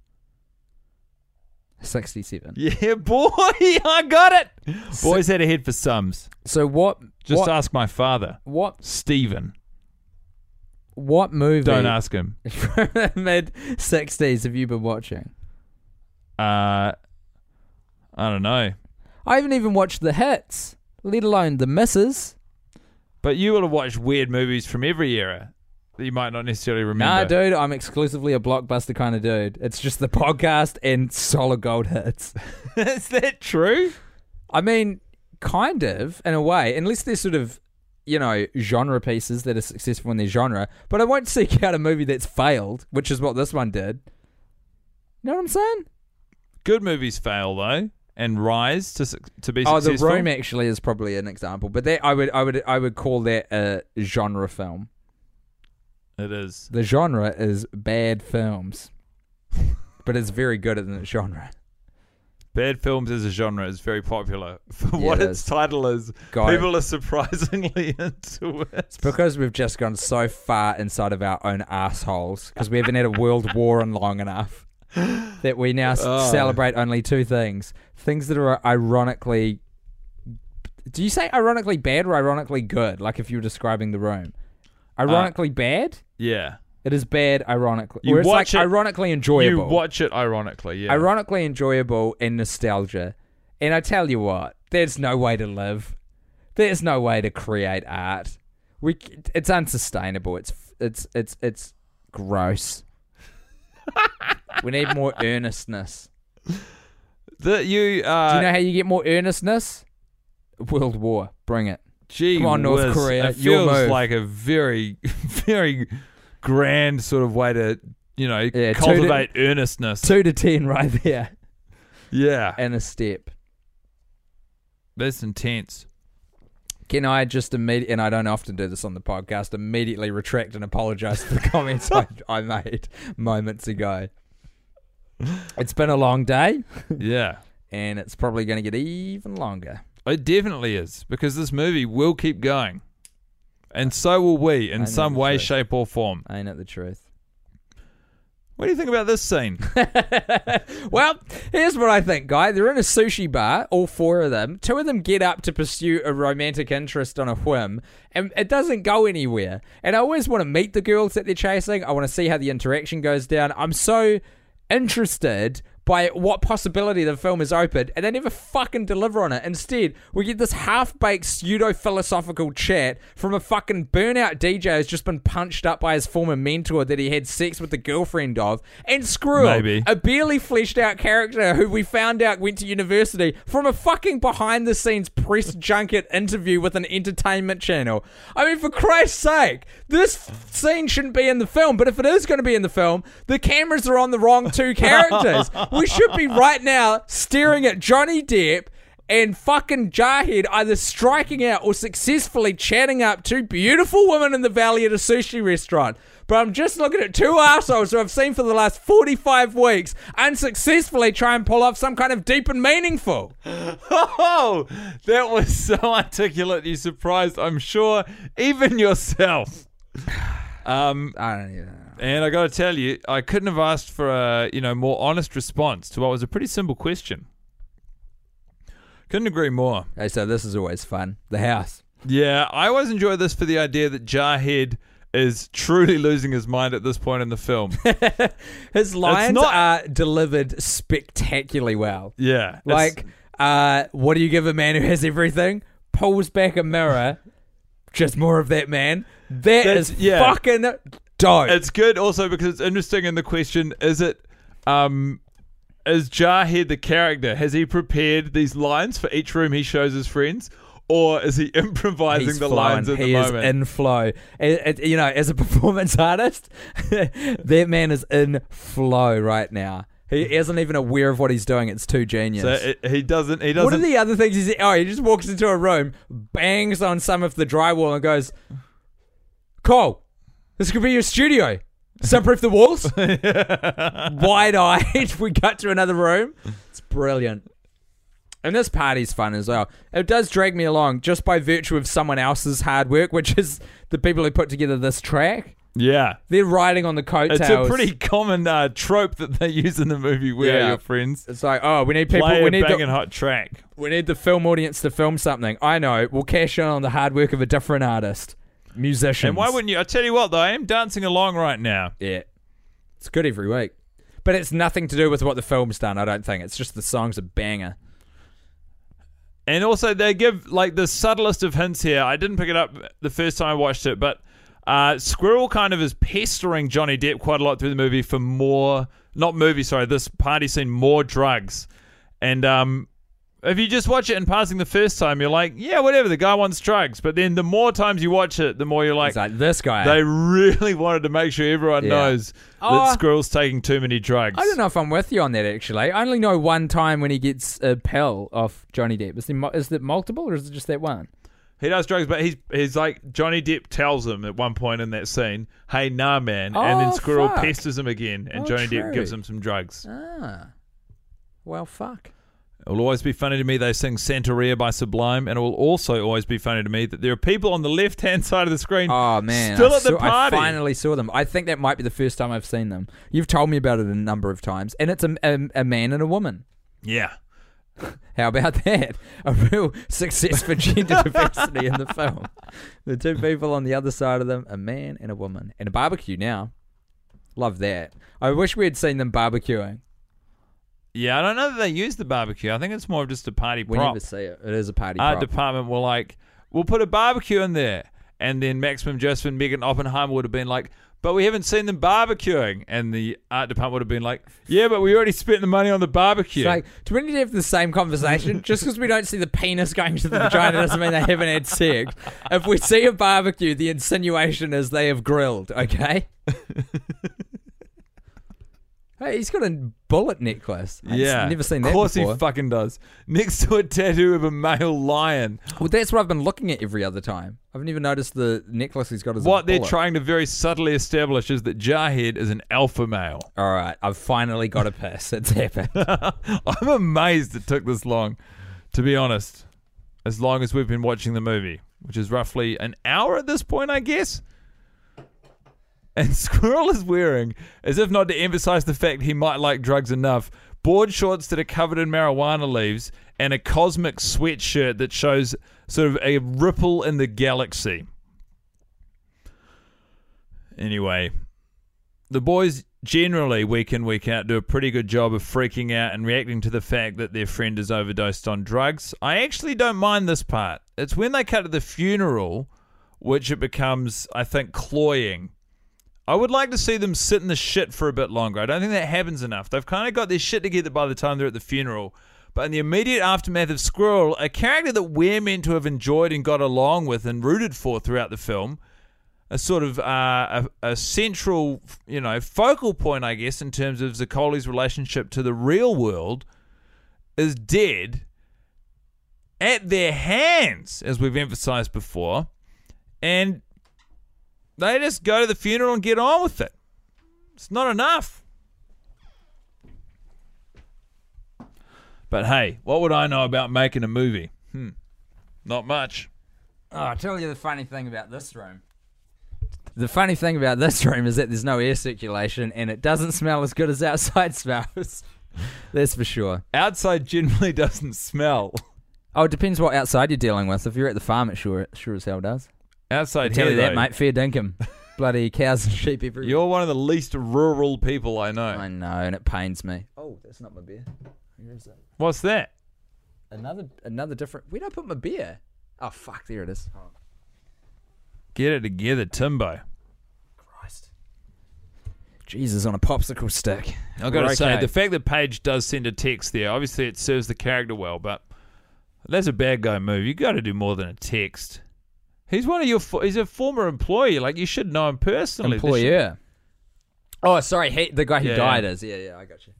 S5: 67.
S6: Yeah, boy, I got it. Boys had a head for sums.
S5: So what?
S6: Just
S5: what,
S6: ask my father,
S5: what
S6: Stephen.
S5: What movie
S6: Don't ask him.
S5: from the mid sixties have you been watching?
S6: Uh, I don't know.
S5: I haven't even watched the hits, let alone the misses.
S6: But you will have watched weird movies from every era that you might not necessarily remember.
S5: Nah, dude, I'm exclusively a blockbuster kind of dude. It's just the podcast and solid gold hits.
S6: Is that true?
S5: I mean, kind of in a way, unless they're sort of, you know, genre pieces that are successful in their genre. But I won't seek out a movie that's failed, which is what this one did. You know what I'm saying?
S6: Good movies fail though and rise to suc to be
S5: Oh, the
S6: successful.
S5: room actually is probably an example, but that I would, I would, I would call that a genre film.
S6: it is.
S5: The genre is bad films, but it's very good in the genre.
S6: Bad films as a genre is very popular for what
S5: it
S6: its
S5: is.
S6: title is.
S5: Got it.
S6: people are surprisingly into it.
S5: Because we've just gone so far inside of our own assholes, because we haven't had a world war in long enough, that we now s celebrate only two things: things that are ironically. Do you say ironically bad or ironically good? Like if you were describing the room, ironically bad.
S6: Yeah.
S5: It is bad, ironically.
S6: You
S5: or it's
S6: watch
S5: like
S6: it-
S5: ironically enjoyable.
S6: You watch it ironically, yeah.
S5: Ironically enjoyable and nostalgia. And I tell you what, there's no way to live. There's no way to create art. We, c- it's unsustainable. It's it's it's it's gross. we need more earnestness.
S6: that you
S5: Do
S6: uh
S5: you know how you get more earnestness? World war, bring it.
S6: gee
S5: Come on, North
S6: whiz,
S5: Korea,
S6: It
S5: your
S6: feels
S5: move.
S6: like a very very grand sort of way to you know
S5: two to-
S6: cultivate earnestness.
S5: Two to ten, right there,
S6: yeah.
S5: and a step.
S6: That's intense.
S5: Can I just immediately, and I don't often do this on the podcast, immediately retract and apologize for the comments I, I made moments ago? It's been a long day,
S6: Yeah.
S5: and it's probably going to get even longer.
S6: It definitely is because this movie will keep going, and so will we
S5: I know
S6: in some
S5: the
S6: way,
S5: truth.
S6: shape, or form.
S5: Ain't it the truth?
S6: What do you think about this scene?
S5: Well, here's what I think, guy. They're in a sushi bar, all four of them. Two of them get up to pursue a romantic interest on a whim, and it doesn't go anywhere. And I always want to meet the girls that they're chasing. I want to see how the interaction goes down. I'm so interested by what possibility the film is open, and they never fucking deliver on it. Instead, we get this half baked pseudo philosophical chat from a fucking burnout DJ who's just been punched up by his former mentor that he had sex with the girlfriend of, and screw him,
S6: Maybe.
S5: a barely fleshed out character who we found out went to university from a fucking behind the scenes press junket interview with an entertainment channel. I mean, for Christ's sake, this f- scene shouldn't be in the film, but if it is going to be in the film, the cameras are on the wrong two characters. we should be right now staring at Johnny Depp. And fucking Jarhead either striking out or successfully chatting up two beautiful women in the valley at a sushi restaurant but I'm just looking at two assholes who I've seen for the last 45 weeks unsuccessfully try and pull off some kind of deep and meaningful.
S6: oh, that was so articulate. You surprised, I'm sure, even yourself. Um,
S5: I don't even know.
S6: And I got to tell you, I couldn't have asked for a you know more honest response to what was a pretty simple question. Couldn't agree more.
S5: Hey, so this is always fun. The house.
S6: Yeah, I always enjoy this for the idea that Jarhead is truly losing his mind at this point in the film.
S5: His lines
S6: not-
S5: are delivered spectacularly well.
S6: Yeah, it's-
S5: Like, uh, what do you give a man who has everything? Pulls back a mirror. Just more of that, man. That's,
S6: That's- yeah.
S5: fucking dope.
S6: it's good also because it's interesting in the question: is it, um, is Jarhead the character? Has he prepared these lines for each room he shows his friends, or is he improvising
S5: He's
S6: the
S5: flowing.
S6: lines at
S5: he
S6: the
S5: is
S6: moment?
S5: in flow. It- it- you know, as a performance artist, that man is in flow right now. He isn't even aware of what he's doing. It's too genius.
S6: Mm. so it, he doesn't. He doesn't.
S5: what are the other things he's? Oh, he just walks into a room, bangs on some of the drywall, and goes, "Cole, this could be your studio. Sunproof the walls." Wide-eyed, we cut to another room. It's brilliant. And this party's fun as well. It does drag me along just by virtue of someone else's hard work, which is the people who put together this track.
S6: yeah.
S5: They're riding on the coattails.
S6: It's a pretty common uh, trope that they use in the movie where
S5: Yeah.
S6: your friends
S5: It's like, oh, we need people.
S6: play
S5: We
S6: a
S5: need
S6: banging
S5: the,
S6: hot track.
S5: we need the film audience to film something. I know. We'll cash in on the hard work of a different artist, musician.
S6: And why wouldn't you? I tell you what, though, I am dancing along right now.
S5: Yeah, it's good every week, but it's nothing to do with what the film's done. I don't think it's just the song's a banger.
S6: And also, they give like the subtlest of hints here. I didn't pick it up the first time I watched it, but uh, Squirrel kind of is pestering Johnny Depp quite a lot through the movie for more, not movie, sorry, this party scene, more drugs. And um, if you just watch it in passing the first time, you're like, yeah, whatever, the guy wants drugs. But then the more times you watch it, the more you're like,
S5: It's like this guy.
S6: They really wanted to make sure everyone
S5: Yeah.
S6: knows
S5: Oh.
S6: that Squirrel's taking too many drugs.
S5: I don't know if I'm with you on that actually. I only know one time when he gets a pill off Johnny Depp. Is, there, mu- is it multiple or is it just that one?
S6: He does drugs, but he's he's like Johnny Depp tells him at one point in that scene, "Hey, nah, man," and
S5: Oh,
S6: then Squirrel
S5: fuck.
S6: pesters him again, and
S5: Oh,
S6: Johnny
S5: true.
S6: Depp gives him some drugs.
S5: Ah, well, fuck.
S6: It will always be funny to me they sing Santeria by Sublime, and it will also always be funny to me that there are people on the left hand side of the screen,
S5: Oh man,
S6: still
S5: I
S6: at the
S5: saw-
S6: party.
S5: I finally saw them. I think that might be the first time I've seen them. You've told me about it a number of times, and it's a, a, a man and a woman.
S6: yeah,
S5: How about that? A real success for gender diversity in the film. The two people on the other side of them, a man and a woman, and a barbecue now. Love that. I wish we had seen them barbecuing.
S6: yeah. I don't know that they use the barbecue. I think it's more of just a party
S5: We
S6: prop.
S5: never see it. It is a party
S6: Our
S5: prop.
S6: department were like, "We'll put a barbecue in there," and then Maximum Joseph and Megan Oppenheimer would have been like. But we haven't seen them barbecuing, and the art department would have been like, "Yeah, but we already spent the money on the barbecue."
S5: It's like, do we need to have the same conversation? Just because we don't see the penis going to the vagina doesn't mean they haven't had sex. If we see a barbecue, the insinuation is they have grilled, okay? hey, he's got a bullet necklace. I've
S6: yeah,
S5: never seen
S6: Of
S5: that
S6: course,
S5: before.
S6: he fucking does. Next to a tattoo of a male lion.
S5: well, that's what I've been looking at every other time. I've never noticed the necklace he's got as
S6: What
S5: a
S6: they're
S5: bullet.
S6: trying to very subtly establish is that Jarhead is an alpha male.
S5: All right, I've finally got a piss. It's happened.
S6: I'm amazed it took this long, to be honest. As long as we've been watching the movie, which is roughly an hour at this point, I guess. And Squirrel is wearing, as if not to emphasize the fact he might like drugs enough, board shorts that are covered in marijuana leaves and a cosmic sweatshirt that shows sort of a ripple in the galaxy. Anyway, the boys generally week in week out do a pretty good job of freaking out and reacting to the fact that their friend is overdosed on drugs. I actually don't mind this part. It's when they cut to the funeral, which it becomes, I think, cloying. I would like to see them sit in the shit for a bit longer. I don't think that happens enough. They've kind of got their shit together by the time they're at the funeral. But in the immediate aftermath of Squirrel, a character that we're meant to have enjoyed and got along with and rooted for throughout the film, a sort of uh, a, a central, you know, focal point, I guess, in terms of Zaccoli's relationship to the real world, is dead at their hands, as we've emphasized before, and they just go to the funeral and get on with it. It's not enough. But hey, what would I know about making a movie? Hmm, not much.
S5: Oh, I'll tell you the funny thing about this room. The funny thing about this room is that there's no air circulation and it doesn't smell as good as outside smells. That's for sure.
S6: Outside generally doesn't smell.
S5: Oh, it depends what outside you're dealing with. If you're at the farm, it sure sure as hell does.
S6: Outside
S5: tell
S6: here,
S5: you that,
S6: though,
S5: mate. Fair dinkum. Bloody cows and sheep everywhere.
S6: You're one of the least rural people I know.
S5: I know, and it pains me. Oh, that's not my beer. Where is it?
S6: What's that?
S5: Another, another different. Where did I put my beer? Oh fuck, there it is. Oh,
S6: Get it together, Timbo.
S5: Christ. Jesus on a popsicle stick.
S6: I've got to
S5: We're
S6: say,
S5: okay.
S6: the fact that Paige does send a text there, obviously it serves the character well, but that's a bad guy move. You got to do more than a text. He's one of your. Fo- he's a former employee. Like you should know him personally. This should-
S5: employer. Oh, sorry, he, the guy who
S6: Yeah.
S5: died is. Yeah, yeah, I got you.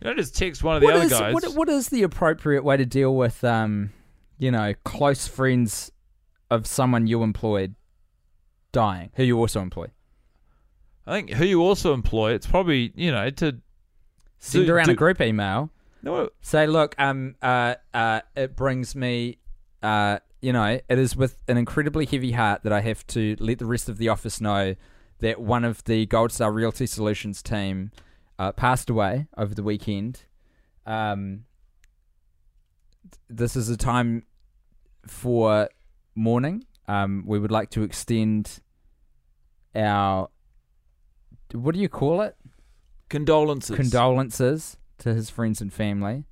S6: You don't just text one of the
S5: What
S6: other
S5: is,
S6: guys.
S5: what, what is the appropriate way to deal with, um, you know, close friends of someone you employed dying, who you also employ?
S6: I think who you also employ. It's probably you know to
S5: Send
S6: Do-
S5: around a
S6: do-
S5: group email.
S6: no.
S5: Say, look, um, uh, uh, it brings me, uh, you know, it is with an incredibly heavy heart that I have to let the rest of the office know that one of the Gold Star Realty Solutions team uh, passed away over the weekend. Um, th- this is a time for mourning. Um, we would like to extend our, what do you call it?
S6: Condolences.
S5: condolences to his friends and family.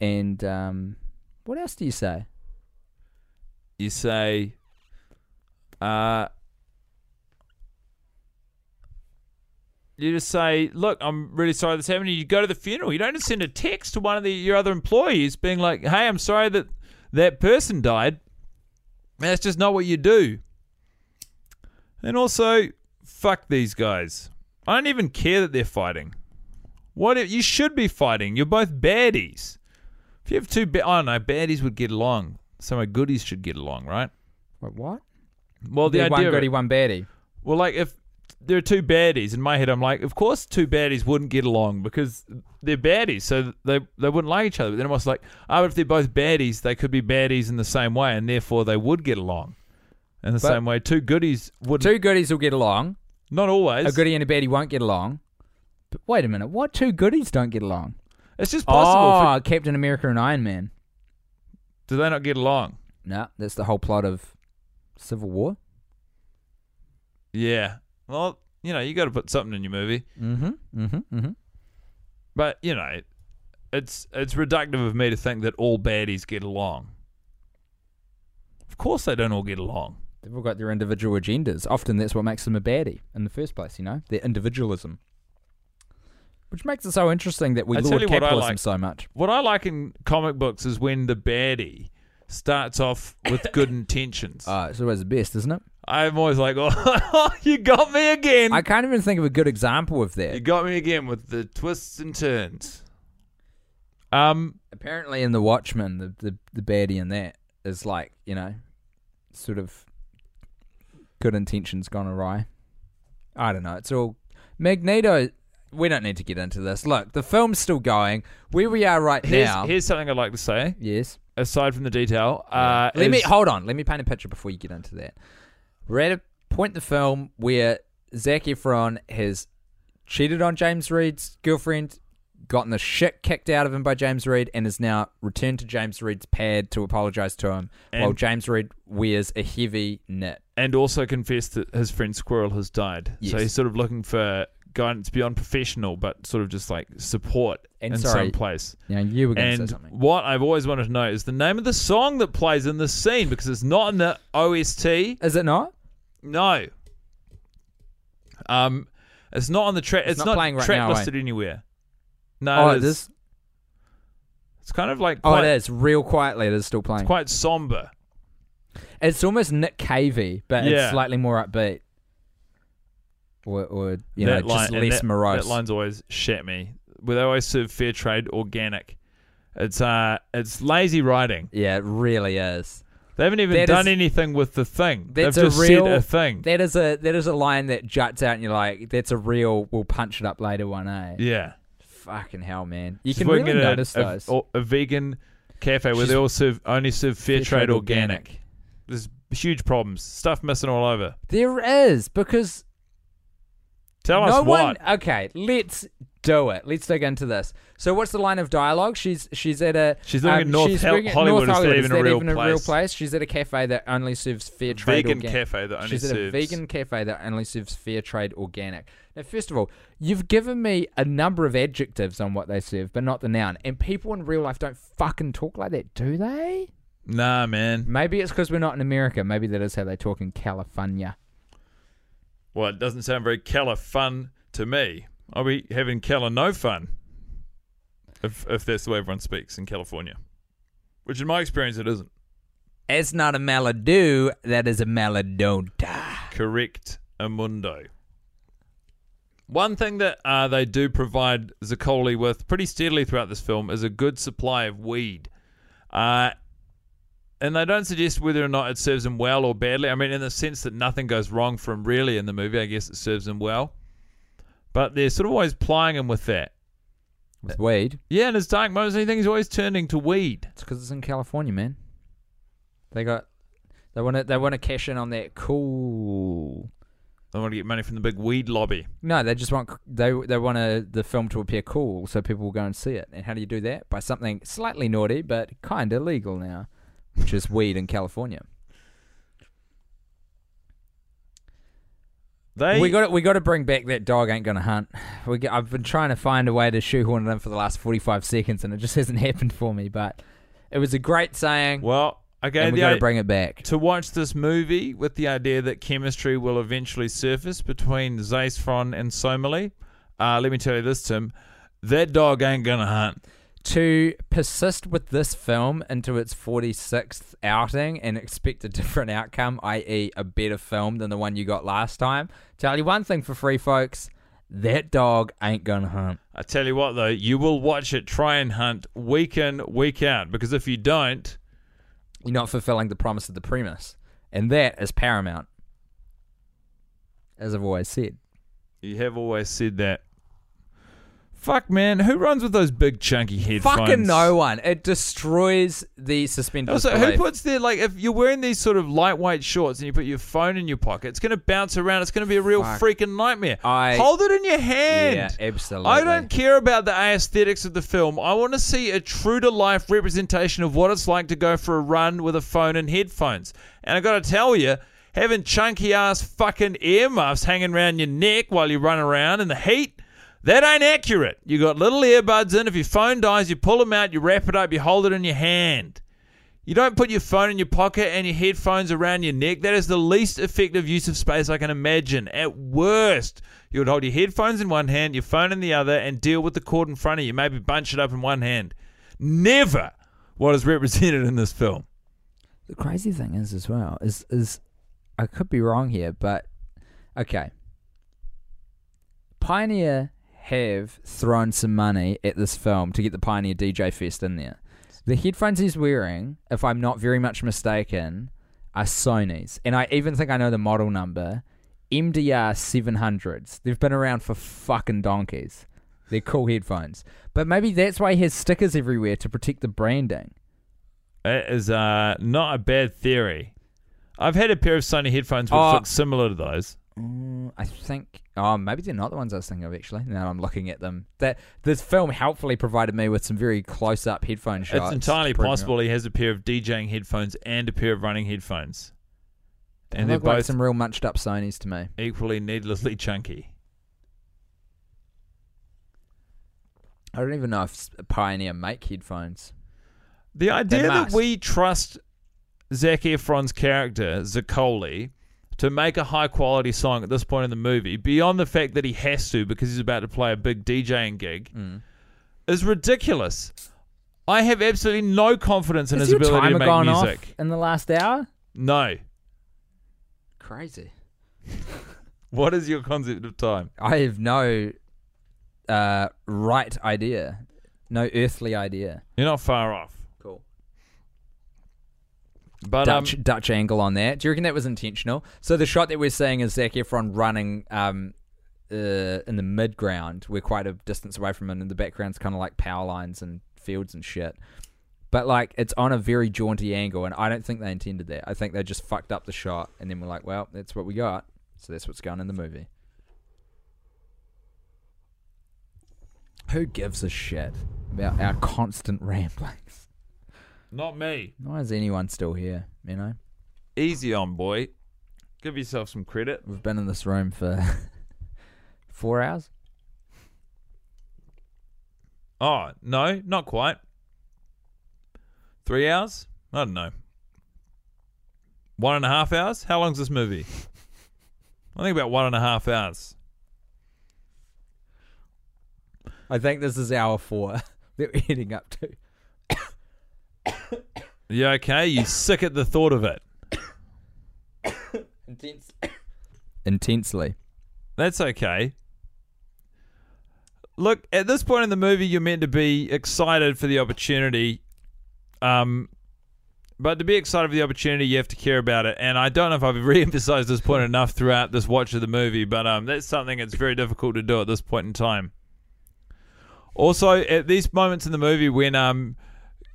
S5: And um, what else do you say?
S6: you say, uh, you just say, look, I'm really sorry this happened. You go to the funeral. You don't just send a text to one of the, your other employees being like, hey, I'm sorry that that person died. That's just not what you do. And also, fuck these guys. I don't even care that they're fighting. What if you should be fighting? You're both baddies. If you have two, ba- I don't know, baddies would get along. Some of goodies should get along, right?
S5: What? what?
S6: Well, the
S5: Be
S6: idea.
S5: one
S6: of
S5: goody,
S6: it-
S5: one baddie.
S6: well, like if there are two baddies in my head, I'm like, of course, two baddies wouldn't get along because they're baddies, so they they wouldn't like each other. But then I'm also like, oh, if they're both baddies, they could be baddies in the same way, and therefore they would get along. In the
S5: But-
S6: same way, two goodies would
S5: Two goodies will get along.
S6: not always.
S5: A goodie and a baddie won't get along. But wait a minute, what two goodies don't get along?
S6: it's just possible. for-
S5: oh, Captain America and Iron Man.
S6: do they not get along?
S5: No, that's the whole plot of Civil War.
S6: Yeah. Well, you know, you got to put something in your movie.
S5: Mm-hmm. Mm-hmm. Mm-hmm.
S6: But you know, it's it's reductive of me to think that all baddies get along. Of course, they don't all get along.
S5: They've all got their individual agendas. Often that's what makes them a baddie in the first place, you know? Their individualism. Which makes it so interesting that we
S6: I tell
S5: lord
S6: you what I
S5: capitalism
S6: like.
S5: so much.
S6: What I like in comic books is when the baddie starts off with good intentions.
S5: Uh, it's always the best, isn't it?
S6: I'm always like, oh, you got me again.
S5: I can't even think of a good example of
S6: you
S5: that.
S6: got me again with the twists and turns. Um,
S5: Apparently, in The Watchmen, the, the, the baddie in that is like, you know, sort of good intentions gone awry. I don't know. It's all. Magneto. We don't need to get into this. Look, the film's still going. Where we are right
S6: here's,
S5: now.
S6: here's something I'd like to say,
S5: yes.
S6: aside from the detail. Uh,
S5: Let me
S6: is-
S5: hold on. Let me paint a picture before you get into that. We're at a point in the film where Zac Efron has cheated on James Reed's girlfriend, gotten the shit kicked out of him by James Reed, and is now returned to James Reed's pad to apologize to him, while
S6: And-
S5: James Reed wears a heavy knit.
S6: and also confessed that his friend Squirrel has died. So
S5: Yes.
S6: he's sort of looking for guidance beyond professional, but sort of just like support
S5: And
S6: in
S5: sorry,
S6: some place.
S5: Now you were going to
S6: And
S5: say something.
S6: what I've always wanted to know is the name of the song that plays in this scene because it's not in the OST.
S5: Is it not?
S6: No. Um, it's not on the track. It's,
S5: not
S6: not,
S5: playing right
S6: track
S5: now, eh?
S6: listed anywhere. No,
S5: Oh,
S6: it is. It's kind of like
S5: Oh,
S6: quite,
S5: it is. Real quietly, it is still playing. It's,
S6: quite somber.
S5: almost Nick Cavey, but it's
S6: Yeah.
S5: slightly more upbeat. Or, or you know,
S6: That
S5: just
S6: line- and
S5: less
S6: that,
S5: morose.
S6: That line's always shat me. Well, they always serve fair trade, organic. It's uh, it's lazy writing.
S5: yeah, it really is.
S6: They haven't even
S5: That
S6: done
S5: is-
S6: anything with the thing. They've
S5: That's a
S6: just
S5: real
S6: said a thing.
S5: That is a that is a line that juts out, and you're like, "That's a real. We'll punch it up later one, eh?"
S6: yeah,
S5: Fucking hell, man! You
S6: She's
S5: can
S6: working
S5: really
S6: at a-
S5: notice
S6: a,
S5: those.
S6: or- A, vegan cafe where
S5: She's-
S6: they all serve only serve fair, trade, organic. There's huge problems. Stuff missing all over.
S5: There is because
S6: Tell
S5: no
S6: us
S5: one.
S6: what.
S5: Okay, let's do it. Let's dig into this. So, what's the line of dialogue? She's she's at a
S6: She's living
S5: um,
S6: in North
S5: she's
S6: Hol-
S5: working at
S6: Hollywood.
S5: North
S6: Is that
S5: Hollywood.
S6: even
S5: Is
S6: a
S5: that
S6: real
S5: even a real
S6: place?
S5: place? She's at a cafe that only serves fair trade.
S6: vegan
S5: organic.
S6: cafe that only
S5: She's at a
S6: serves.
S5: vegan cafe that only serves fair trade organic. Now, first of all, you've given me a number of adjectives on what they serve, but not the noun. And people in real life don't fucking talk like that, do they?
S6: Nah, man.
S5: Maybe it's because we're not in America. Maybe that is how they talk in California.
S6: Well, it doesn't sound very Cala fun to me. I'll be having Cala no fun if, if that's the way everyone speaks in California, which in my experience it isn't.
S5: It's not a maladou. That is a maladota.
S6: Correct, Amundo. One thing that uh, they do provide Zaccoli with pretty steadily throughout this film is a good supply of weed. Uh, and they don't suggest whether or not it serves him well or badly. I mean, in the sense that nothing goes wrong for him really in the movie, I guess it serves him well. But they're sort of always plying him with that.
S5: With weed.
S6: Yeah, in his dark moments, I think he's always turning to weed.
S5: It's because it's in California, man. They got. They want to. They want to cash in on that cool.
S6: I want to get money from the big weed lobby.
S5: No, they just want. They they want a, the film to appear cool, so people will go and see it. And how do you do that? By something slightly naughty, but kind of legal now, which is weed in California.
S6: They
S5: We got to, we got to bring back that dog ain't gonna hunt. We got, I've been trying to find a way to shoehorn it in for the last forty five seconds, and it just hasn't happened for me. But it was a great saying,
S6: well, okay.
S5: and we
S6: the
S5: got to
S6: i-
S5: bring it back.
S6: to watch this movie with the idea that chemistry will eventually surface between Zaisfron and Somali. Uh, let me tell you this, Tim. That dog ain't gonna hunt.
S5: To persist with this film into its forty sixth outing and expect a different outcome, i.e., a better film than the one you got last time. Tell you one thing for free, folks: that dog ain't gonna hunt.
S6: I tell you what, though, you will watch it try and hunt week in, week out, because if you don't,
S5: You're not fulfilling the promise of the premise, and that is paramount, as I've always said.
S6: you have always said that. Fuck, man, who runs with those big chunky headphones?
S5: Fucking no one. It destroys the suspended
S6: Also, who
S5: disbelief.
S6: puts their like? If you're wearing these sort of lightweight shorts and you put your phone in your pocket, it's going to bounce around. It's going to be a real
S5: Fuck.
S6: freaking nightmare.
S5: I-
S6: hold it in your hand.
S5: Yeah, absolutely.
S6: I don't care about the aesthetics of the film. I want to see a true to life representation of what it's like to go for a run with a phone and headphones. And I got to tell you, having chunky ass fucking earmuffs hanging around your neck while you run around in the heat. That ain't accurate. You got little earbuds in. If your phone dies, you pull them out, you wrap it up, you hold it in your hand. You don't put your phone in your pocket and your headphones around your neck. That is the least effective use of space I can imagine. At worst, you would hold your headphones in one hand, your phone in the other, and deal with the cord in front of you. Maybe bunch it up in one hand. Never what is represented in this film.
S5: The crazy thing is, as well, is is I could be wrong here, but okay. Pioneer have thrown some money at this film to get the Pioneer DJ Fest in there. The headphones he's wearing, if I'm not very much mistaken, are Sony's, and I even think I know the model number. MDR 700s. They've been around for fucking donkeys. They're cool headphones. But maybe that's why he has stickers everywhere to protect the branding.
S6: That is uh, not a bad theory. I've had a pair of Sony headphones which
S5: Oh.
S6: look similar to those.
S5: Oh, I think. Oh, maybe they're not the ones I was thinking of. Actually, now I'm looking at them. That this film helpfully provided me with some very close-up headphone shots.
S6: it's entirely
S5: Pretty
S6: possible he has a pair of DJing headphones and a pair of running headphones,
S5: They
S6: and they're
S5: look like
S6: both
S5: some real munched-up Sony's to me.
S6: equally needlessly chunky.
S5: I don't even know if S- Pioneer make headphones.
S6: The idea that
S5: must.
S6: we trust Zac Efron's character, Zaccoli, to make a high quality song at this point in the movie, beyond the fact that he has to because he's about to play a big DJing gig,
S5: Mm.
S6: is ridiculous. I have absolutely no confidence in
S5: Has
S6: his
S5: your
S6: ability to
S5: timer
S6: make
S5: gone off
S6: music.
S5: in the last hour?
S6: No.
S5: Crazy.
S6: What is your concept of time?
S5: I have no uh, right idea, no earthly idea.
S6: You're not far off.
S5: Cool.
S6: But
S5: Dutch
S6: um,
S5: Dutch angle on that. Do you reckon that was intentional? So the shot that we're seeing is Zac Efron running um, uh, in the mid ground. We're quite a distance away from him, and the background's kind of like power lines and fields and shit. But like it's on a very jaunty angle, and I don't think they intended that. I think they just fucked up the shot, and then we're like, well, that's what we got. So that's what's going in the movie. Who gives a shit about our constant ramblings?
S6: not me.
S5: Why is anyone still here? You know,
S6: Easy on, boy. Give yourself some credit.
S5: We've been in this room for four hours.
S6: Oh, no, not quite. Three hours? I don't know. One and a half hours? How long's this movie? I think about one and a half hours.
S5: I think this is hour four that we're heading up to.
S6: You okay? You sick at the thought of it.
S5: Intensely.
S6: That's okay. Look, at this point in the movie, you're meant to be excited for the opportunity. Um, but to be excited for the opportunity, you have to care about it. And I don't know if I've reemphasized this point enough throughout this watch of the movie, but um, that's something that's very difficult to do at this point in time. Also, at these moments in the movie when um,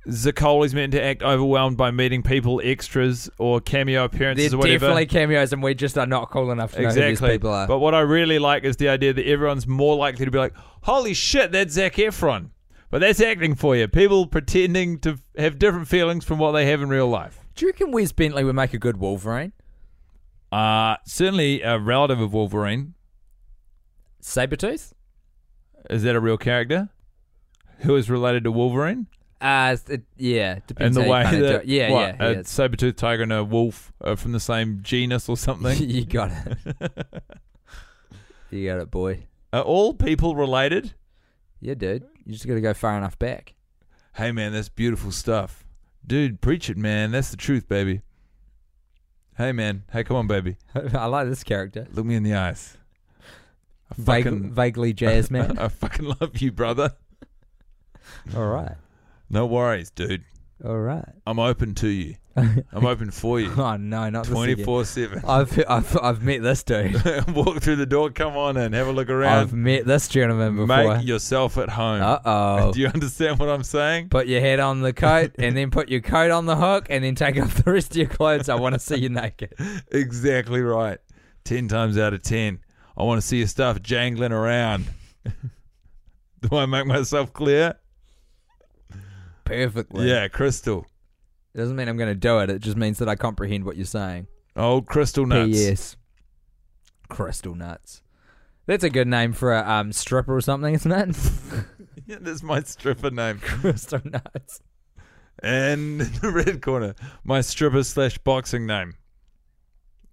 S6: Zaccoli's meant to act overwhelmed by meeting people, extras, or cameo appearances,
S5: They're
S6: or whatever,
S5: definitely cameos, and we just are not cool enough to know who
S6: uh, Exactly.
S5: these people are.
S6: But what I really like is the idea that everyone's more likely to be like, "Holy shit, that's Zac Efron." But that's acting for you. People pretending to have different feelings from what they have in real life.
S5: Do you reckon Wes Bentley would make a good Wolverine?
S6: Uh, certainly a relative of Wolverine.
S5: Sabretooth?
S6: Is that a real character? Who is related to Wolverine?
S5: Uh, it, yeah,
S6: In
S5: depends
S6: the
S5: how you
S6: way
S5: kinda do
S6: that
S5: it. Yeah,
S6: what,
S5: yeah, yeah.
S6: a
S5: it's-
S6: saber-toothed tiger and a wolf are from the same genus or something.
S5: you got it. you got it, boy.
S6: are all people related?
S5: Yeah, dude. You just got to go far enough back.
S6: Hey man, that's beautiful stuff. Dude, preach it, man. That's the truth, baby. Hey man, hey come on, baby.
S5: I like this character.
S6: Look me in the eyes. I
S5: Vague,
S6: fucking,
S5: vaguely jazz man.
S6: I fucking love you, brother.
S5: All right.
S6: No worries, dude.
S5: All right.
S6: I'm open to you. I'm open for you.
S5: Oh no, not this again.
S6: 24 7.
S5: I've, I've I've met this dude.
S6: Walk through the door, come on in, have a look
S5: I've
S6: around.
S5: met this gentleman before.
S6: Make yourself at home.
S5: Uh oh.
S6: Do you understand what I'm saying?
S5: Put your head on the coat, and then put your coat on the hook, and then take off the rest of your clothes. I want to see you naked.
S6: Exactly right. 10 times out of 10. I want to see your stuff jangling around. Do I make myself clear?
S5: Perfectly.
S6: Yeah, Crystal.
S5: It doesn't mean I'm going to do it. It just means that I comprehend what you're saying.
S6: Old Crystal Nuts.
S5: P.S. Crystal nuts. That's a good name for a um, stripper or something, isn't it?
S6: Yeah, that's my stripper name.
S5: Crystal nuts.
S6: And in the red corner, my stripper slash boxing name.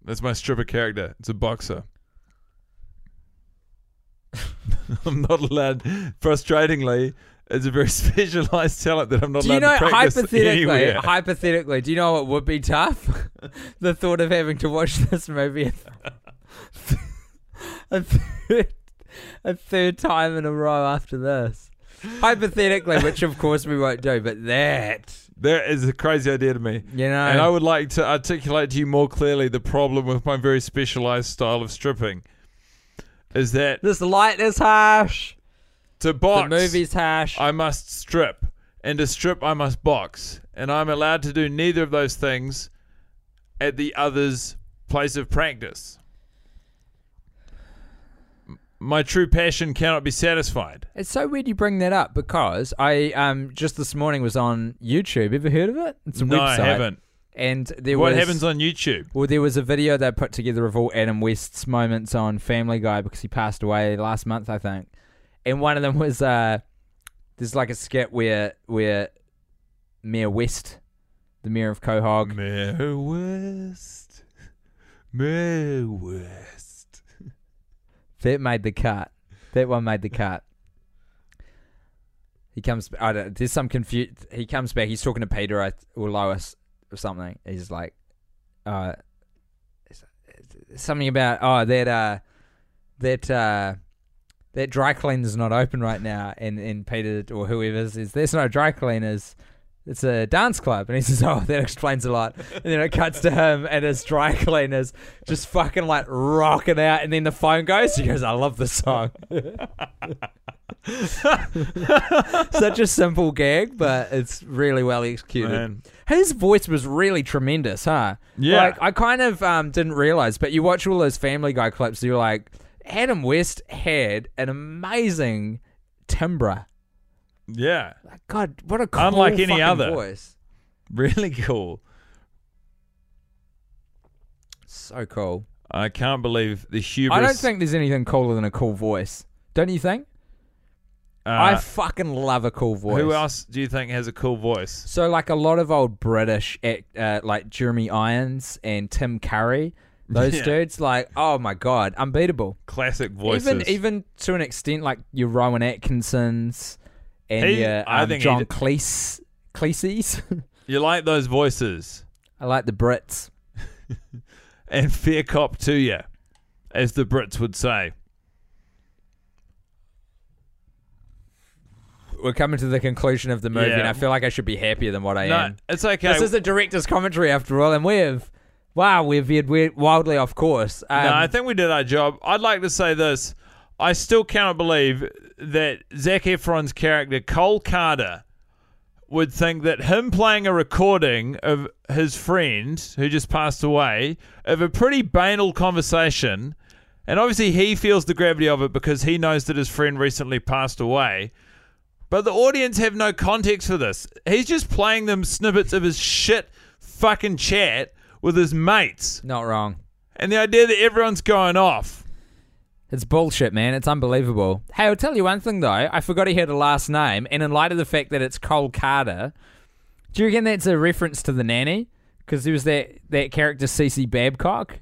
S6: That's my stripper character. It's a boxer. I'm not allowed. Frustratingly, it's a very specialized talent that I'm not
S5: Do
S6: allowed
S5: you know
S6: to practice
S5: hypothetically?
S6: anywhere.
S5: Hypothetically, do you know what would be tough? the thought of having to watch this movie a, a, third, a third time in a row after this. Hypothetically, which of course we won't do, but that
S6: That is a crazy idea to me.
S5: you know,
S6: And I would like to articulate to you more clearly the problem with my very specialized style of stripping. Is that
S5: this light is harsh.
S6: to box
S5: The movie's harsh.
S6: I must strip, and to strip, I must box, and I'm allowed to do neither of those things at the other's place of practice. My true passion cannot be satisfied.
S5: It's so weird you bring that up because I um just this morning was on YouTube. Ever heard of it? It's a
S6: No, I
S5: website.
S6: haven't.
S5: And there
S6: What
S5: was,
S6: happens on YouTube?
S5: Well, there was a video they put together of all Adam West's moments on Family Guy because he passed away last month, I think. And one of them was uh, there's like a skit where where Mayor West, the mayor of Quahog,
S6: Mayor West. Mayor West.
S5: That made the cut. That one made the cut. He comes. I don't. There's some confu He comes back. He's talking to Peter I- or Lois or something. He's like, uh, something about oh that uh that uh that dry cleaner's not open right now. And and Peter or whoever says there's no dry cleaners. It's a dance club, and he says, "Oh, that explains a lot." And then it cuts to him and his dry cleaners just fucking like rocking out, and then the phone goes. He goes, "I love this song." Such a simple gag, but it's really well executed.
S6: Man.
S5: His voice was really tremendous, huh?
S6: Yeah.
S5: Like I kind of um, didn't realize, but you watch all those Family Guy clips, you're like, Adam West had an amazing timbre.
S6: Yeah.
S5: Like, God, what a cool
S6: Unlike any
S5: fucking
S6: other.
S5: voice.
S6: Really cool.
S5: So cool.
S6: I can't believe the hubris.
S5: I don't think there's anything cooler than a cool voice. Don't you think?
S6: Uh,
S5: I fucking love a cool voice.
S6: Who else do you think has a cool voice?
S5: So like a lot of old British act, uh, like Jeremy Irons and Tim Curry, those
S6: Yeah.
S5: dudes like oh my god, unbeatable.
S6: Classic voices.
S5: Even even to an extent like your Rowan Atkinsons and
S6: He-
S5: your
S6: I
S5: um,
S6: think he
S5: John
S6: d-
S5: Cleese Cleese's.
S6: you like those voices,
S5: I like the Brits.
S6: and fair cop to you, as the Brits would say.
S5: We're coming to the conclusion of the movie,
S6: Yeah.
S5: and I feel like I should be happier than what I
S6: No,
S5: am.
S6: it's okay.
S5: This is the director's commentary after all, and we have wow, we've veered weird- wildly off course. Um,
S6: no, I think we did our job. I'd like to say this. I still cannot believe that Zac Efron's character, Cole Carter, would think that him playing a recording of his friend who just passed away of a pretty banal conversation, and obviously he feels the gravity of it because he knows that his friend recently passed away. But the audience have no context for this. He's just playing them snippets of his shit fucking chat with his mates.
S5: not wrong.
S6: And the idea that everyone's going off.
S5: It's bullshit, man. It's unbelievable. Hey, I'll tell you one thing though. I forgot he had a last name, and in light of the fact that it's Cole Carter, do you reckon that's a reference to the nanny? Because there was that that character Cece Babcock.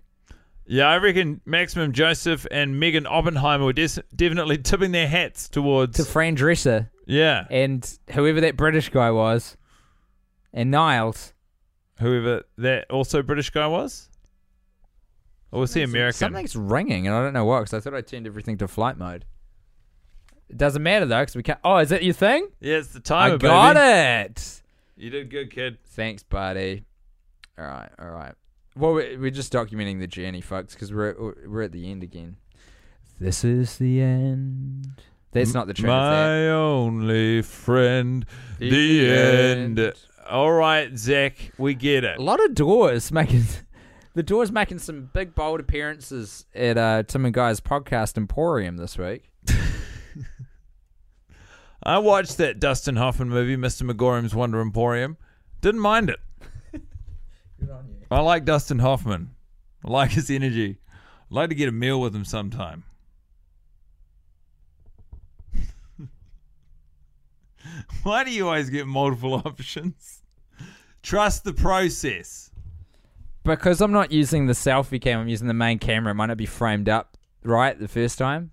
S6: Yeah, I reckon Maximum Joseph and Megan Oppenheimer were des- definitely tipping their hats towards.
S5: to eh. Fran Dresser
S6: yeah,
S5: and whoever that British guy was, and Niles.
S6: whoever that also British guy was, or was he American?
S5: Something's ringing, and I don't know what. Because I thought I turned everything to flight mode. It doesn't matter though, because we can't. Oh, is that your thing?
S6: Yeah, it's the
S5: I
S6: timer.
S5: got it.
S6: it. You did good, kid.
S5: Thanks, buddy. All right, all right. Well, we- we're just documenting the journey, folks, because we're we're at the end again. This is the end. That's not the tune. it's that.
S6: My only friend, the,
S5: The
S6: end.
S5: end.
S6: All right, Zach, we get it.
S5: A lot of doors making the doors making some big bold appearances at uh, Tim and Guy's podcast Emporium this week.
S6: I watched that Dustin Hoffman movie, Mr. McGorham's Wonder Emporium. Didn't mind it. I like Dustin Hoffman. I like his energy. I'd like to get a meal with him sometime. Why do you always get multiple options? Trust the process.
S5: Because I'm not using the selfie cam, I'm using the main camera. It might not be framed up right the first time.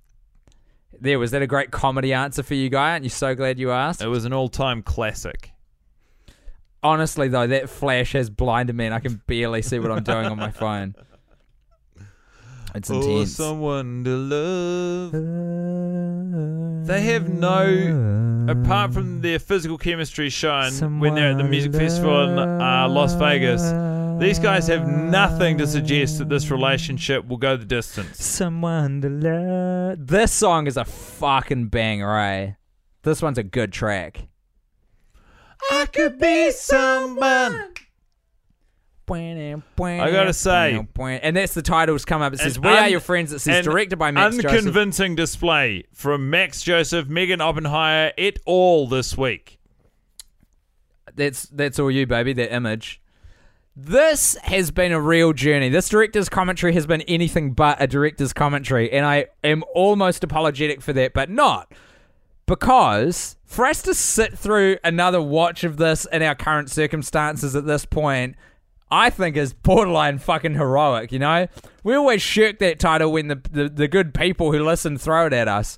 S5: There was that a great comedy answer for you, guy? Aren't you so glad you asked?
S6: It was an all time classic.
S5: Honestly, though, that flash has blinded me, and I can barely see what I'm doing on my phone. It's
S6: Oh,
S5: intense.
S6: someone to love. They have no, apart from their physical chemistry shown when they're at the music festival in uh, Las Vegas, these guys have nothing to suggest that this relationship will go the distance.
S5: Someone to love. This song is a fucking banger, eh? This one's a good track.
S6: I could be someone.
S5: I
S6: gotta say-
S5: and that's the titles come up. It says,
S6: An
S5: "We Are
S6: un-
S5: Your Friends." It says,
S6: an
S5: directed by Max Joseph.
S6: Unconvincing display from Max Joseph, Megan Oppenheimer, it all this week.
S5: That's that's all you, baby. That image. This has been a real journey. This director's commentary has been anything but a director's commentary, and I am almost apologetic for that, but not because for us to sit through another watch of this in our current circumstances at this point, I think is borderline fucking heroic. You know, we always shirk that title when the the, the good people who listen throw it at us.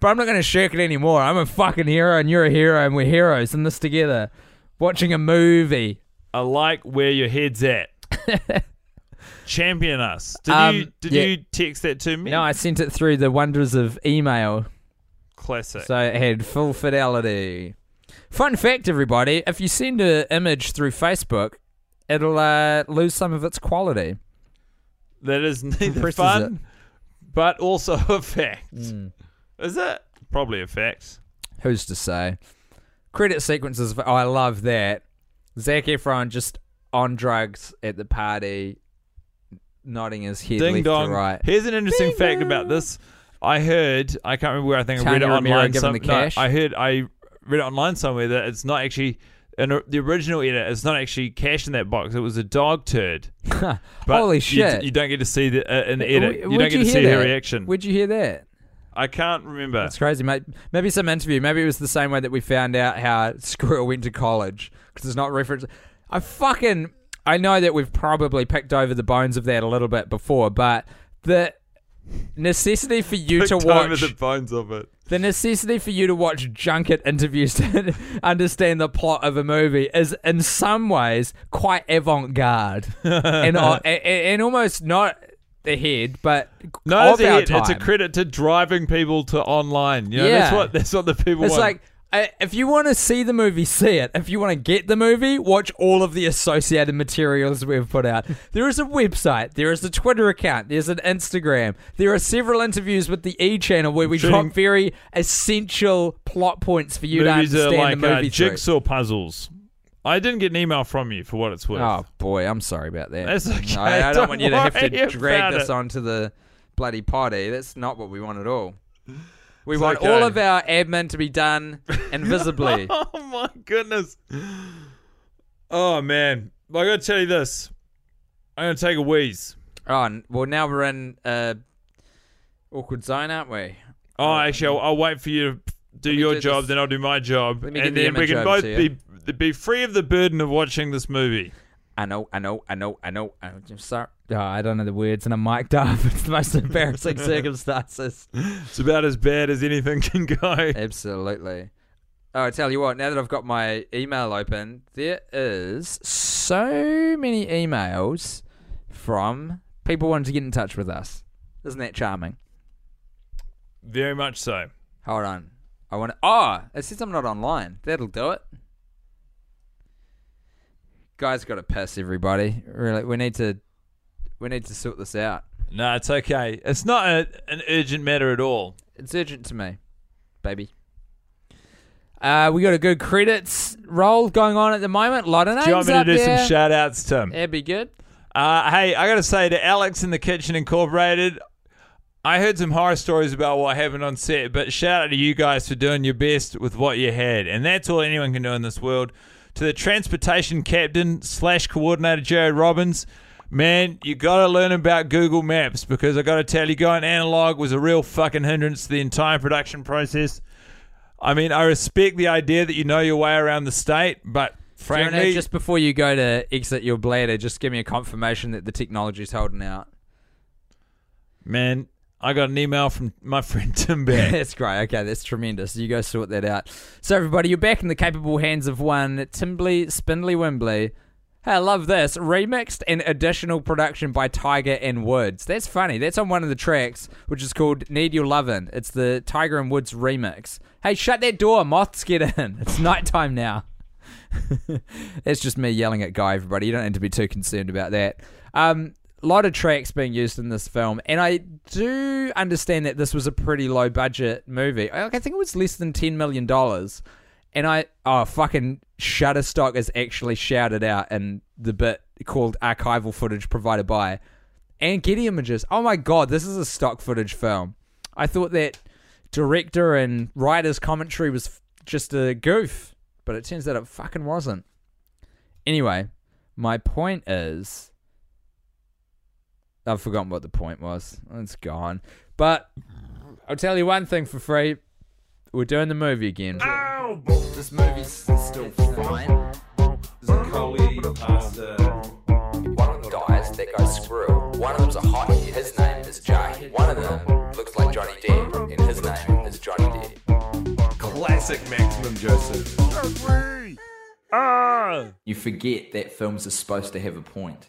S5: But I'm not going to shirk it anymore. I'm a fucking hero, and you're a hero, and we're heroes in this together. Watching a movie.
S6: I like where your head's at. Champion us. Did you
S5: Um,
S6: did
S5: yeah.
S6: you text that to me?
S5: No, I sent it through the wonders of email,
S6: Classic.
S5: so it had full fidelity. Fun fact, everybody: if you send an image through Facebook, it'll uh, lose some of its quality.
S6: that is neither
S5: Compresses
S6: fun, but also a fact.
S5: Hmm.
S6: Is it? Probably a fact.
S5: Who's to say? Credit sequences. Oh, I love that. Zac Efron just on drugs at the party, nodding his head
S6: Ding
S5: left
S6: dong.
S5: to right.
S6: Here's an interesting fact about this. I heard, I can't remember where I think I read
S5: Tony
S6: it
S5: Romero
S6: online.
S5: giving
S6: some-
S5: the
S6: no,
S5: cash.
S6: I heard, I read it online somewhere that it's not actually, in the original edit, it's not actually cash in that box. It was a dog turd. But
S5: Holy
S6: you-
S5: shit.
S6: You, don't get to see the uh, in the edit.
S5: Wh-
S6: you
S5: where'd
S6: don't get to see
S5: hear
S6: her
S5: that?
S6: reaction.
S5: Where'd you hear that?
S6: I can't remember.
S5: That's crazy, mate. Maybe some interview. Maybe it was the same way that we found out how Squirrel went to college because it's not referenced. I fucking I know that we've probably picked over the bones of that a little bit before, but the necessity for you to
S6: Picked over
S5: watch
S6: the bones of it.
S5: the necessity for you to watch junket interviews to understand the plot of a movie is, in some ways, quite avant-garde and, and and almost not ahead, but
S6: No,
S5: of
S6: it's a,
S5: our
S6: hit. It's a
S5: time.
S6: credit to driving people to online. You know, that's
S5: Yeah.
S6: what that's what the people
S5: It's
S6: want.
S5: like I- if you want to see the movie, see it. If you want to get the movie, watch all of the associated materials we've put out. There is a website, there is a Twitter account, there's an Instagram. There are several interviews with the E channel where we
S6: Shooting-
S5: drop very essential plot points for you to
S6: movies are
S5: understand
S6: like
S5: the
S6: uh,
S5: movie. through.
S6: jigsaw puzzles. I didn't get an email from you for what it's worth.
S5: Oh boy, I'm sorry about that.
S6: That's okay,
S5: I, I don't,
S6: don't
S5: want you to have
S6: worry
S5: to drag
S6: about
S5: this
S6: it.
S5: onto the bloody potty. That's not what we want at all. We want
S6: okay.
S5: all of our admin to be done invisibly.
S6: Oh my goodness. Oh man, I gotta tell you this. I'm gonna take a wheeze.
S5: Oh, n- well, now we're in uh, awkward zone, aren't we?
S6: Oh, actually, I'll, I'll wait for you to do
S5: me
S6: your
S5: do
S6: job,
S5: this.
S6: then I'll do my job,
S5: Let me get
S6: and
S5: the
S6: then we
S5: image
S6: can
S5: over
S6: both
S5: to you.
S6: be be free of the burden of watching this movie.
S5: I know, I know, I know, I know. I'm just sorry. Oh, I don't know the words, and I'm mic'd up. It's the most embarrassing circumstances.
S6: It's about as bad as anything can go.
S5: Absolutely. Oh, I tell you what. Now that I've got my email open, there is so many emails from people wanting to get in touch with us. Isn't that charming?
S6: Very much so.
S5: Hold on. I want to. Oh, it says I'm not online. That'll do it. Guys, got to piss everybody. Really, we need to. We need to sort this out.
S6: No, it's okay. It's not a, an urgent matter at all.
S5: It's urgent to me, baby. Uh, we got a good credits roll going on at the moment. lot of names
S6: Do you want me to
S5: up
S6: do
S5: there.
S6: some shout outs, Tim?
S5: That'd be good.
S6: Uh, hey, I got to say to Alex in the Kitchen Incorporated, I heard some horror stories about what happened on set, but shout out to you guys for doing your best with what you had. And that's all anyone can do in this world. To the transportation captain slash coordinator, Jared Robbins, man, you got to learn about Google Maps because I got to tell you, going analog was a real fucking hindrance to the entire production process. I mean, I respect the idea that you know your way around the state, but
S5: Do you wanna-
S6: frankly,
S5: just before you go to exit your bladder, just give me a confirmation that the technology's holding out.
S6: Man, I got an email from my friend Tim Beck.
S5: that's great. Okay, that's tremendous. You go sort that out. So, everybody, you're back in the capable hands of one Timbly Spindly Wimbly. Hey, I love this. Remixed and additional production by Tiger and Woods. That's funny. That's on one of the tracks, which is called Need Your Lovin'. It's the Tiger and Woods remix. Hey, shut that door. Moths get in. It's nighttime now. That's just me yelling at Guy, everybody. You don't need to be too concerned about that. Um, lot of tracks being used in this film, and I do understand that this was a pretty low budget movie. I, I think it was less than ten million dollars. And I oh fucking Shutterstock is actually shouted out in the bit called Archival Footage Provided by, and Getty Images. Oh my god, this is a stock footage film. I thought that director and writer's commentary was f- just a goof, but it turns out it fucking wasn't. Anyway, my point is I've forgotten what the point was. It's gone. But I'll tell you one thing for free. We're doing the movie again.
S3: This movie's still fine. Zicoli pasta.
S4: One of them dies, they go screw. One of them's a hottie, his name is Jay. One of them looks like Johnny Depp, and his name is Johnny Depp.
S3: Classic Maximum Joseph.
S4: You forget that films are supposed to have a point.